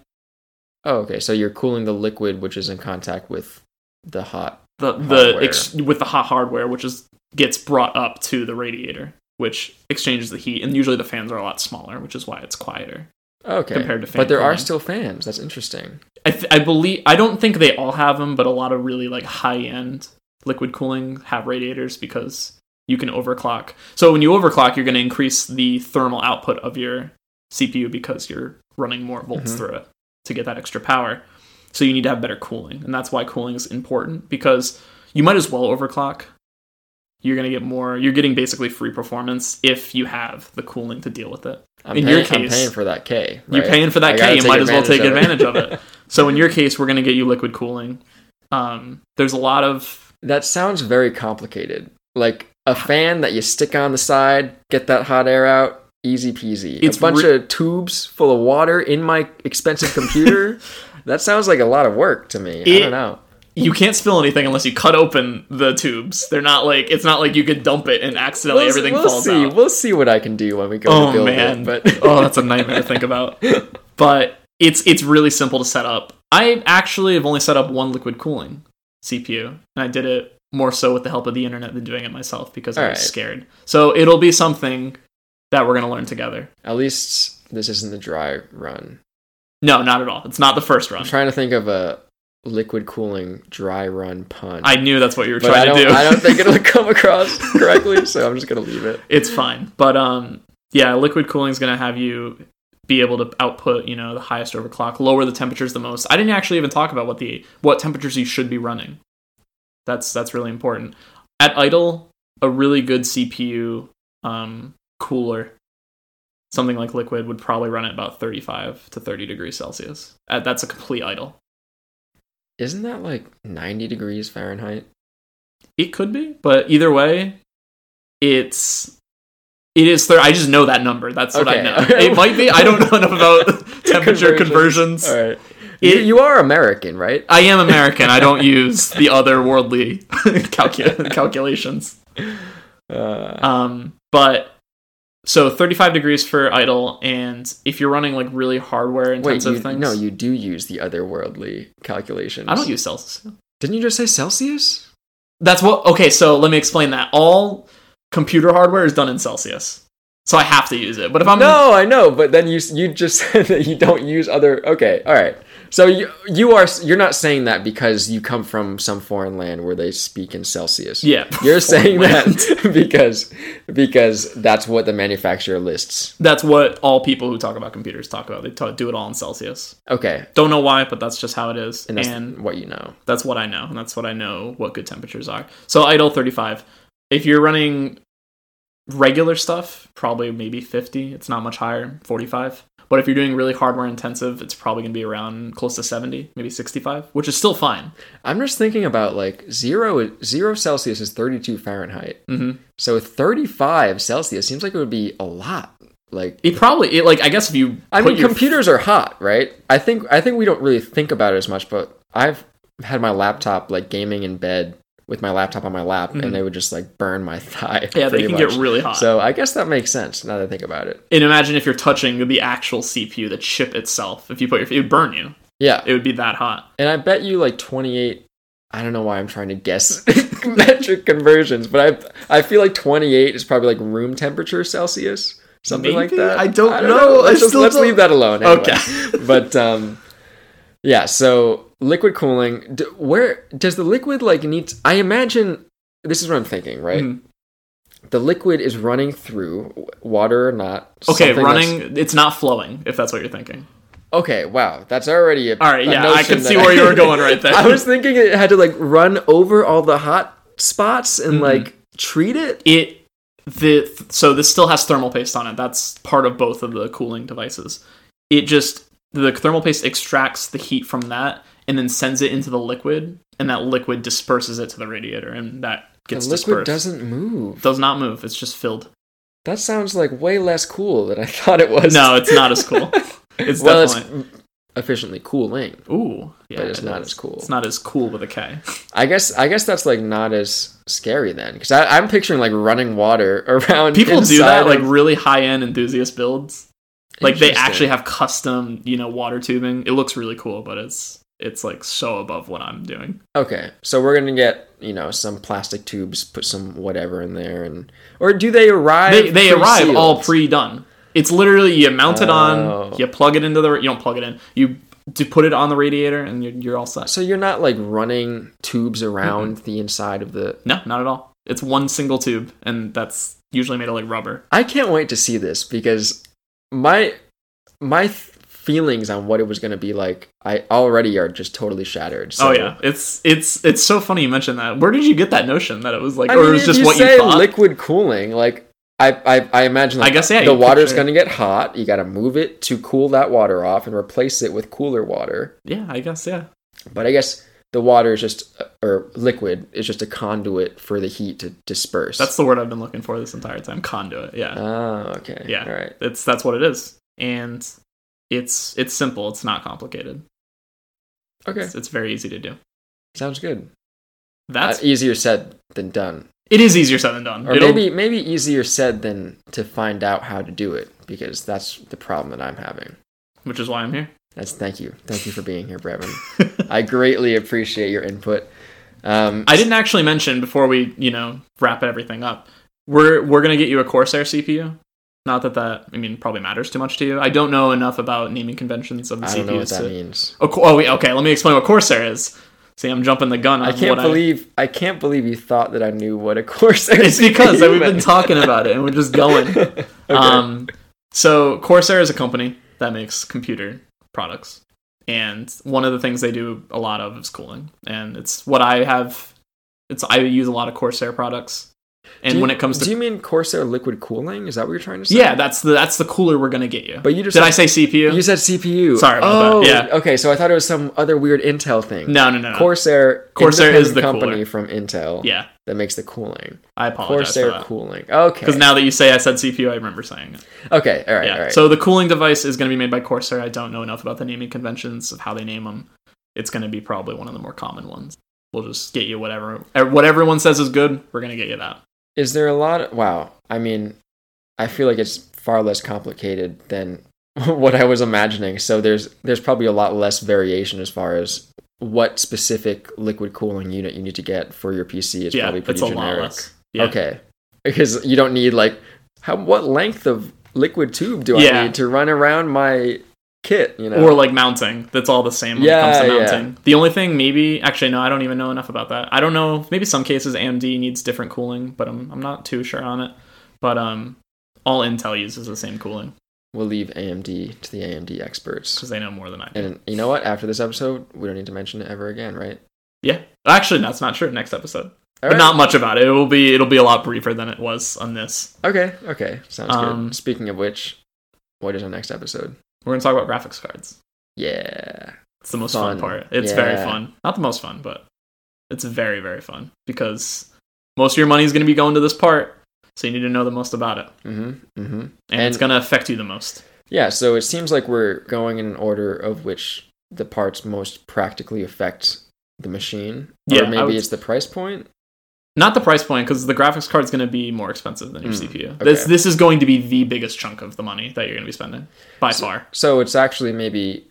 Oh, okay. So you're cooling the liquid which is in contact with the hot.
The the
Hardware.
ex- with the hot hardware, which is gets brought up to the radiator, which exchanges the heat, and usually the fans are a lot smaller, which is why it's quieter.
Okay.
Compared to fan
but there are
cooling.
still fans. That's interesting.
I th- I believe I don't think they all have them, but a lot of really like high end liquid cooling have radiators because you can overclock. So when you overclock, you're going to increase the thermal output of your CPU because you're running more volts
Mhm.
through it to get that extra power. So you need to have better cooling, and that's why cooling is important because you might as well overclock. You're going to get more. You're getting basically free performance if you have the cooling to deal with it.
I'm,
In
paying, I'm
your case-
paying for that K.
You're
right?
paying for
I
that
gotta
K. You
take
might as well take
advantage
advantage
of [LAUGHS]
of it. so in your case, we're going to get you liquid cooling. Um, there's a lot of
That sounds very complicated. Like a fan that you stick on the side, get that hot air out, easy peasy. It's
It's
a bunch
re-
of tubes full of water in my expensive
[LAUGHS]
computer. that sounds like a lot of work to me. I
It-
don't know.
you can't spill anything unless you cut open the tubes. They're not like it's not like you could dump it and accidentally
We'll,
everything
we'll
falls
see.
out.
We'll see what I can do when we go to
Oh
build
man,
it. But
[LAUGHS] oh, that's a nightmare to
[LAUGHS]
think about. But it's it's really simple to set up. I actually have only set up one liquid cooling CPU, and I did it more so with the help of the internet than doing it myself because I
Alright.
was scared. So it'll be something that we're gonna learn together.
[LAUGHS] at least this isn't the dry run.
No, not at all. It's not the first run.
I'm trying to think of a liquid cooling dry run pun.
I knew that's what you were
but I
trying
don't,
to do.
I don't
[LAUGHS]
think it'll come across correctly, so I'm just gonna leave it.
it's fine. But um, yeah, liquid cooling is going to have you be able to output, you know, the highest overclock, lower the temperatures the most. I didn't actually even talk about what the what temperatures you should be running. That's that's really important. At idle, a really good CPU um, cooler, something like liquid, would probably run at about 35 to 30 degrees Celsius. Uh, that's a complete idle.
Isn't that like 90 degrees Fahrenheit?
It could be, but either way, it's It is thir- I just know that number. That's what I
Okay.
know.
[LAUGHS]
It might be. I don't know enough about temperature conversions.
All right.
It-
you, you are American, right?
I am American. I don't use
[LAUGHS]
the other worldly [LAUGHS] calcu- calculations.
Uh,
Um, but so 35 degrees for idle, and if you're running like really hardware
wait,
intensive
you,
things,
no, you do use the otherworldly calculations.
I don't use Celsius.
Didn't you just say Celsius?
That's what. Okay, so let me explain that. All computer hardware is done in Celsius, so I have to use it. But if I'm
no, I know, but then you s- you just [LAUGHS] said that you don't use other. Okay, all right. So you you are s- you're not saying that because you come from some foreign land where they speak in Celsius. [LAUGHS]
yeah,
You're saying
land.
that [LAUGHS] because because that's what the manufacturer lists.
that's what all people who talk about computers talk about. They ta do it all in Celsius.
Okay,
Don't know why, but that's just how it is.
and
And
that's what you know.
That's what I know, and that's what I know what good temperatures are. So idle 35. If you're running regular stuff, probably maybe 50. It's not much higher, 45. But if you're doing really hardware intensive, it's probably going to be around close to 70, maybe 65, which is still fine.
I'm just thinking about like zero zero Celsius is 32 Fahrenheit.
hmm
So 35 Celsius seems like it would be a lot. Like
It probably it like I guess if you
I
put
mean,
your-
computers are hot, right? I think I think we don't really think about it as much, but I've had my laptop like gaming in bed with my laptop on my lap, and they would just like burn my [LAUGHS] thigh.
Mm. yeah, they
pretty
can
much.
get really hot.
So I guess that makes sense now that I think about it.
and imagine if you're touching the actual CPU, the chip itself. If you put your it would burn you.
Yeah,
It would be that hot.
and I bet you like 28. I don't know why I'm trying to guess [LAUGHS] metric conversions, but I I feel like 28 is probably like room temperature Celsius, something like
Maybe?
that.
I don't know. I
Let's, just,
still
let's
don't-
leave that alone. anyway.
Okay.
[LAUGHS] but um yeah so liquid cooling d- where does the liquid like need i imagine this is what i'm thinking right
Mhm.
the liquid is running through w- water or not
Okay,
something that's-
running it's not flowing if that's what you're thinking.
okay wow that's already a,
All right,
a
yeah, I
notion
could see
that
where you
[LAUGHS]
were going right there.
i was thinking it had to like run over all the hot spots and like treat it
Mm-hmm. it the so this still has thermal paste on it. That's part of both of the cooling devices. It just the thermal paste extracts the heat from that and then sends it into the liquid, and that liquid disperses it to the radiator, and that
the
gets
liquid
dispersed.
doesn't move
does not move. It's
[LAUGHS]
just filled.
that sounds like way less cool than i [LAUGHS] thought it was
No, it's not as cool.
[LAUGHS]
It's
well it's
definitely
efficiently cooling
ooh, yeah,
it's
it
not
is.
as cool.
It's not as cool with a K.
I guess I guess that's like not as scary then, because I'm picturing like running water [LAUGHS] around.
People do
inside
that
of-
like really high end enthusiast builds. Like they
Interesting.
actually have custom, you know, water tubing. It looks really cool, but it's it's like so above what I'm doing.
Okay, so we're gonna get you know some plastic tubes, put some whatever in there, and or do they arrive?
They they arrive
pre-sealed?
all pre done. It's literally you mount it
Oh.
on, you plug it into the ra- you don't plug it in, you do put it on the radiator, and you're, you're all set.
So you're not like running tubes
Mm-hmm.
around the inside of the.
No, not at all. It's one single tube, and that's usually made of like rubber. Oh,
I can't wait to see this because my my th- feelings on what it was gonna be like I already are just totally shattered. So.
oh yeah, it's it's it's so funny you mentioned that. Where did you get that notion that it was like,
I
or
mean,
it was
if
just
you
what
say
you thought?
liquid cooling, like I, I, I imagine, like,
I guess, yeah,
the
you
water's
picture-
going to get hot. You got to move it to cool that water off and replace it with cooler water.
yeah, I guess yeah.
But I guess the water is just, uh, or liquid is just a conduit for the heat to disperse.
That's the word I've been looking for this entire time. Conduit. Yeah.
oh, okay,
Yeah.
all right.
It's that's what it is. And it's it's simple. It's not complicated.
Okay,
It's, it's very easy to do.
sounds good.
That's
Uh, easier said than done,
it is easier said than done.
or
It'll-
maybe maybe easier said than to find out how to do it because that's the problem that I'm having.
which is why I'm here. [LAUGHS]
That's thank you, thank you for being here, Brevin. I greatly appreciate your input. Um,
I didn't actually mention before we you know wrap everything up. We're we're gonna get you a Corsair CPU. Not that that I mean probably matters too much to you. I don't know enough about naming conventions of the
I
CPUs.
don't know what that
to-
means.
Oh, co- oh, wait, okay. Let me explain what Corsair is. See, I'm jumping the gun. On
I can't
what
believe I can't believe you thought that I knew what a [LAUGHS] Corsair. [LAUGHS]
It's because
CPU
we've been
meant.
talking about it and we're
[LAUGHS]
just going.
Okay.
Um, so Corsair is a company that makes computer products, and one of the things they do a lot of is cooling, and it's what I have. It's I use a lot of Corsair products, And
Do you-
when it comes
do
to
you mean Corsair liquid cooling? Is that what you're trying to say?
yeah, that's the that's the cooler we're gonna get you.
But you just
did I say CPU?
You said CPU.
Sorry
oh,
about that.
Okay, so I thought it was some other weird Intel thing.
no, no, no, no.
Corsair.
Uh, Corsair is
independent
the
company
cooler.
from Intel.
Yeah, Oh,
That makes the cooling.
I apologize for
Corsair
that.
cooling. Okay.
Because now that you say I said CPU, I remember saying it.
okay. All right.
yeah.
All right.
So the cooling device is going to be made by Corsair. I don't know enough about the naming conventions of how they name them. It's going to be probably one of the more common ones. We'll just get you whatever eh, what everyone says is good. We're going to get you that.
is there a lot? Of, wow. I mean, I feel like it's far less complicated than [LAUGHS] what I was imagining. So there's there's probably a lot less variation as far as what specific liquid cooling unit you need to get for your PC. It's
yeah,
probably pretty
it's a lot
generic.
less. Yeah.
Okay. Because you don't need like how what length of liquid tube do
Yeah.
I need to run around my kit, you know?
Or like mounting. That's all the same when it comes to
Yeah, yeah.
mounting. The only thing maybe actually no, I don't even know enough about that. I don't know. Maybe some cases AMD needs different cooling, but I'm I'm not too sure on it. But um all Intel uses the same cooling
we'll leave AMD to the AMD experts.
because they know more than I do.
And you know what? After this episode, we don't need to mention it ever again, right?
Yeah. Actually, that's not true. Next episode.
All
but
right.
not much about it. It will be it'll be a lot briefer than it was on this.
Okay, okay. Sounds
Um,
good. Speaking of which, what is our next episode?
We're gonna talk about graphics cards.
Yeah.
It's the most fun,
Fun.
part. It's very
Yeah.
fun. Not the most fun, but it's very very fun because most of your money is gonna be going to this part, so you need to know the most about it,
Mm-hmm. Mm-hmm.
and, it's
And-
gonna affect you the most.
Yeah, so it seems like we're going in an order of which the parts most practically affect the machine.
Yeah, I
or maybe
would-
it's the price point.
Not the price point because the graphics card's gonna be more expensive than your
Mm,
CPU.
okay.
This this is going to be the biggest chunk of the money that you're gonna be spending by
So-
far.
So it's actually maybe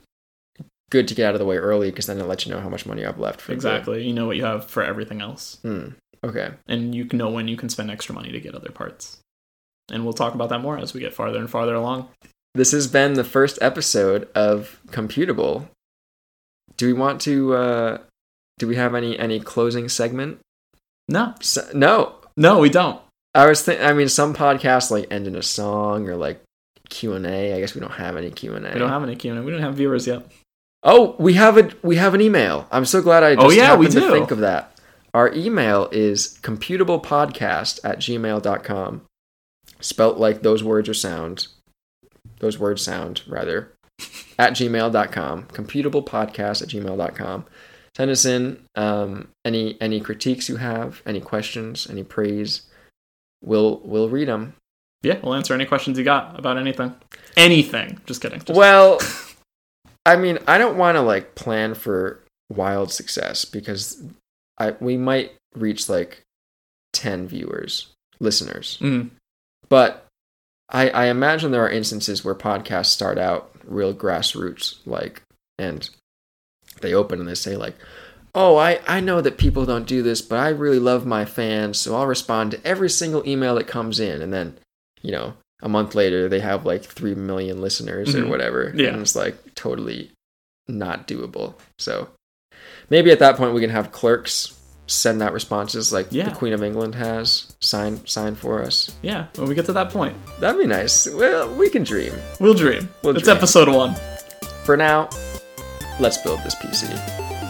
good to get out of the way early because then it lets you know how much money I've left for the-
Exactly. You know what you have for everything else.
Hmm. Okay.
and you can know when you can spend extra money to get other parts. And we'll talk about that more as we get farther and farther along.
This has been the first episode of Computable. Do we want to? Uh, do we have any any closing segment?
No,
S no.
no, we don't.
I was. Th- I mean, some podcasts like end in a song or like Q and A. I guess we don't have any Q and
We don't
A.
have any Q&A. We don't have viewers yet.
Oh, we have a we have an email. I'm so glad I. Just
Oh, yeah, we
happened to
do.
Think of that. Our email is computablepodcast at gmail.com. Spelt like those words are sound. Those words sound, rather. At gmail.com. Computablepodcast at gmail.com. Send us in um, any any critiques you have, any questions, any praise. We'll we'll read them.
Yeah, we'll answer any questions you got about anything. Anything. Just kidding. Just-
Well, I mean, I don't want to like plan for wild success because I we might reach like 10 viewers, listeners.
Mm,
But I I imagine there are instances where podcasts start out real grassroots like and they open and they say like Oh, I, I know that people don't do this, but I really love my fans, so I'll respond to every single email that comes in. And then, you know, a month later, they have like 3 million listeners
Mhm.
or whatever.
Yeah.
And it's like totally not doable. So maybe at that point, we can have clerks send out responses like
Yeah.
the Queen of England has sign sign for us.
yeah, when we get to that point,
That'd be nice. Well, we can dream.
we'll dream.
We'll
it's
dream.
episode one.
For now, let's build this PC.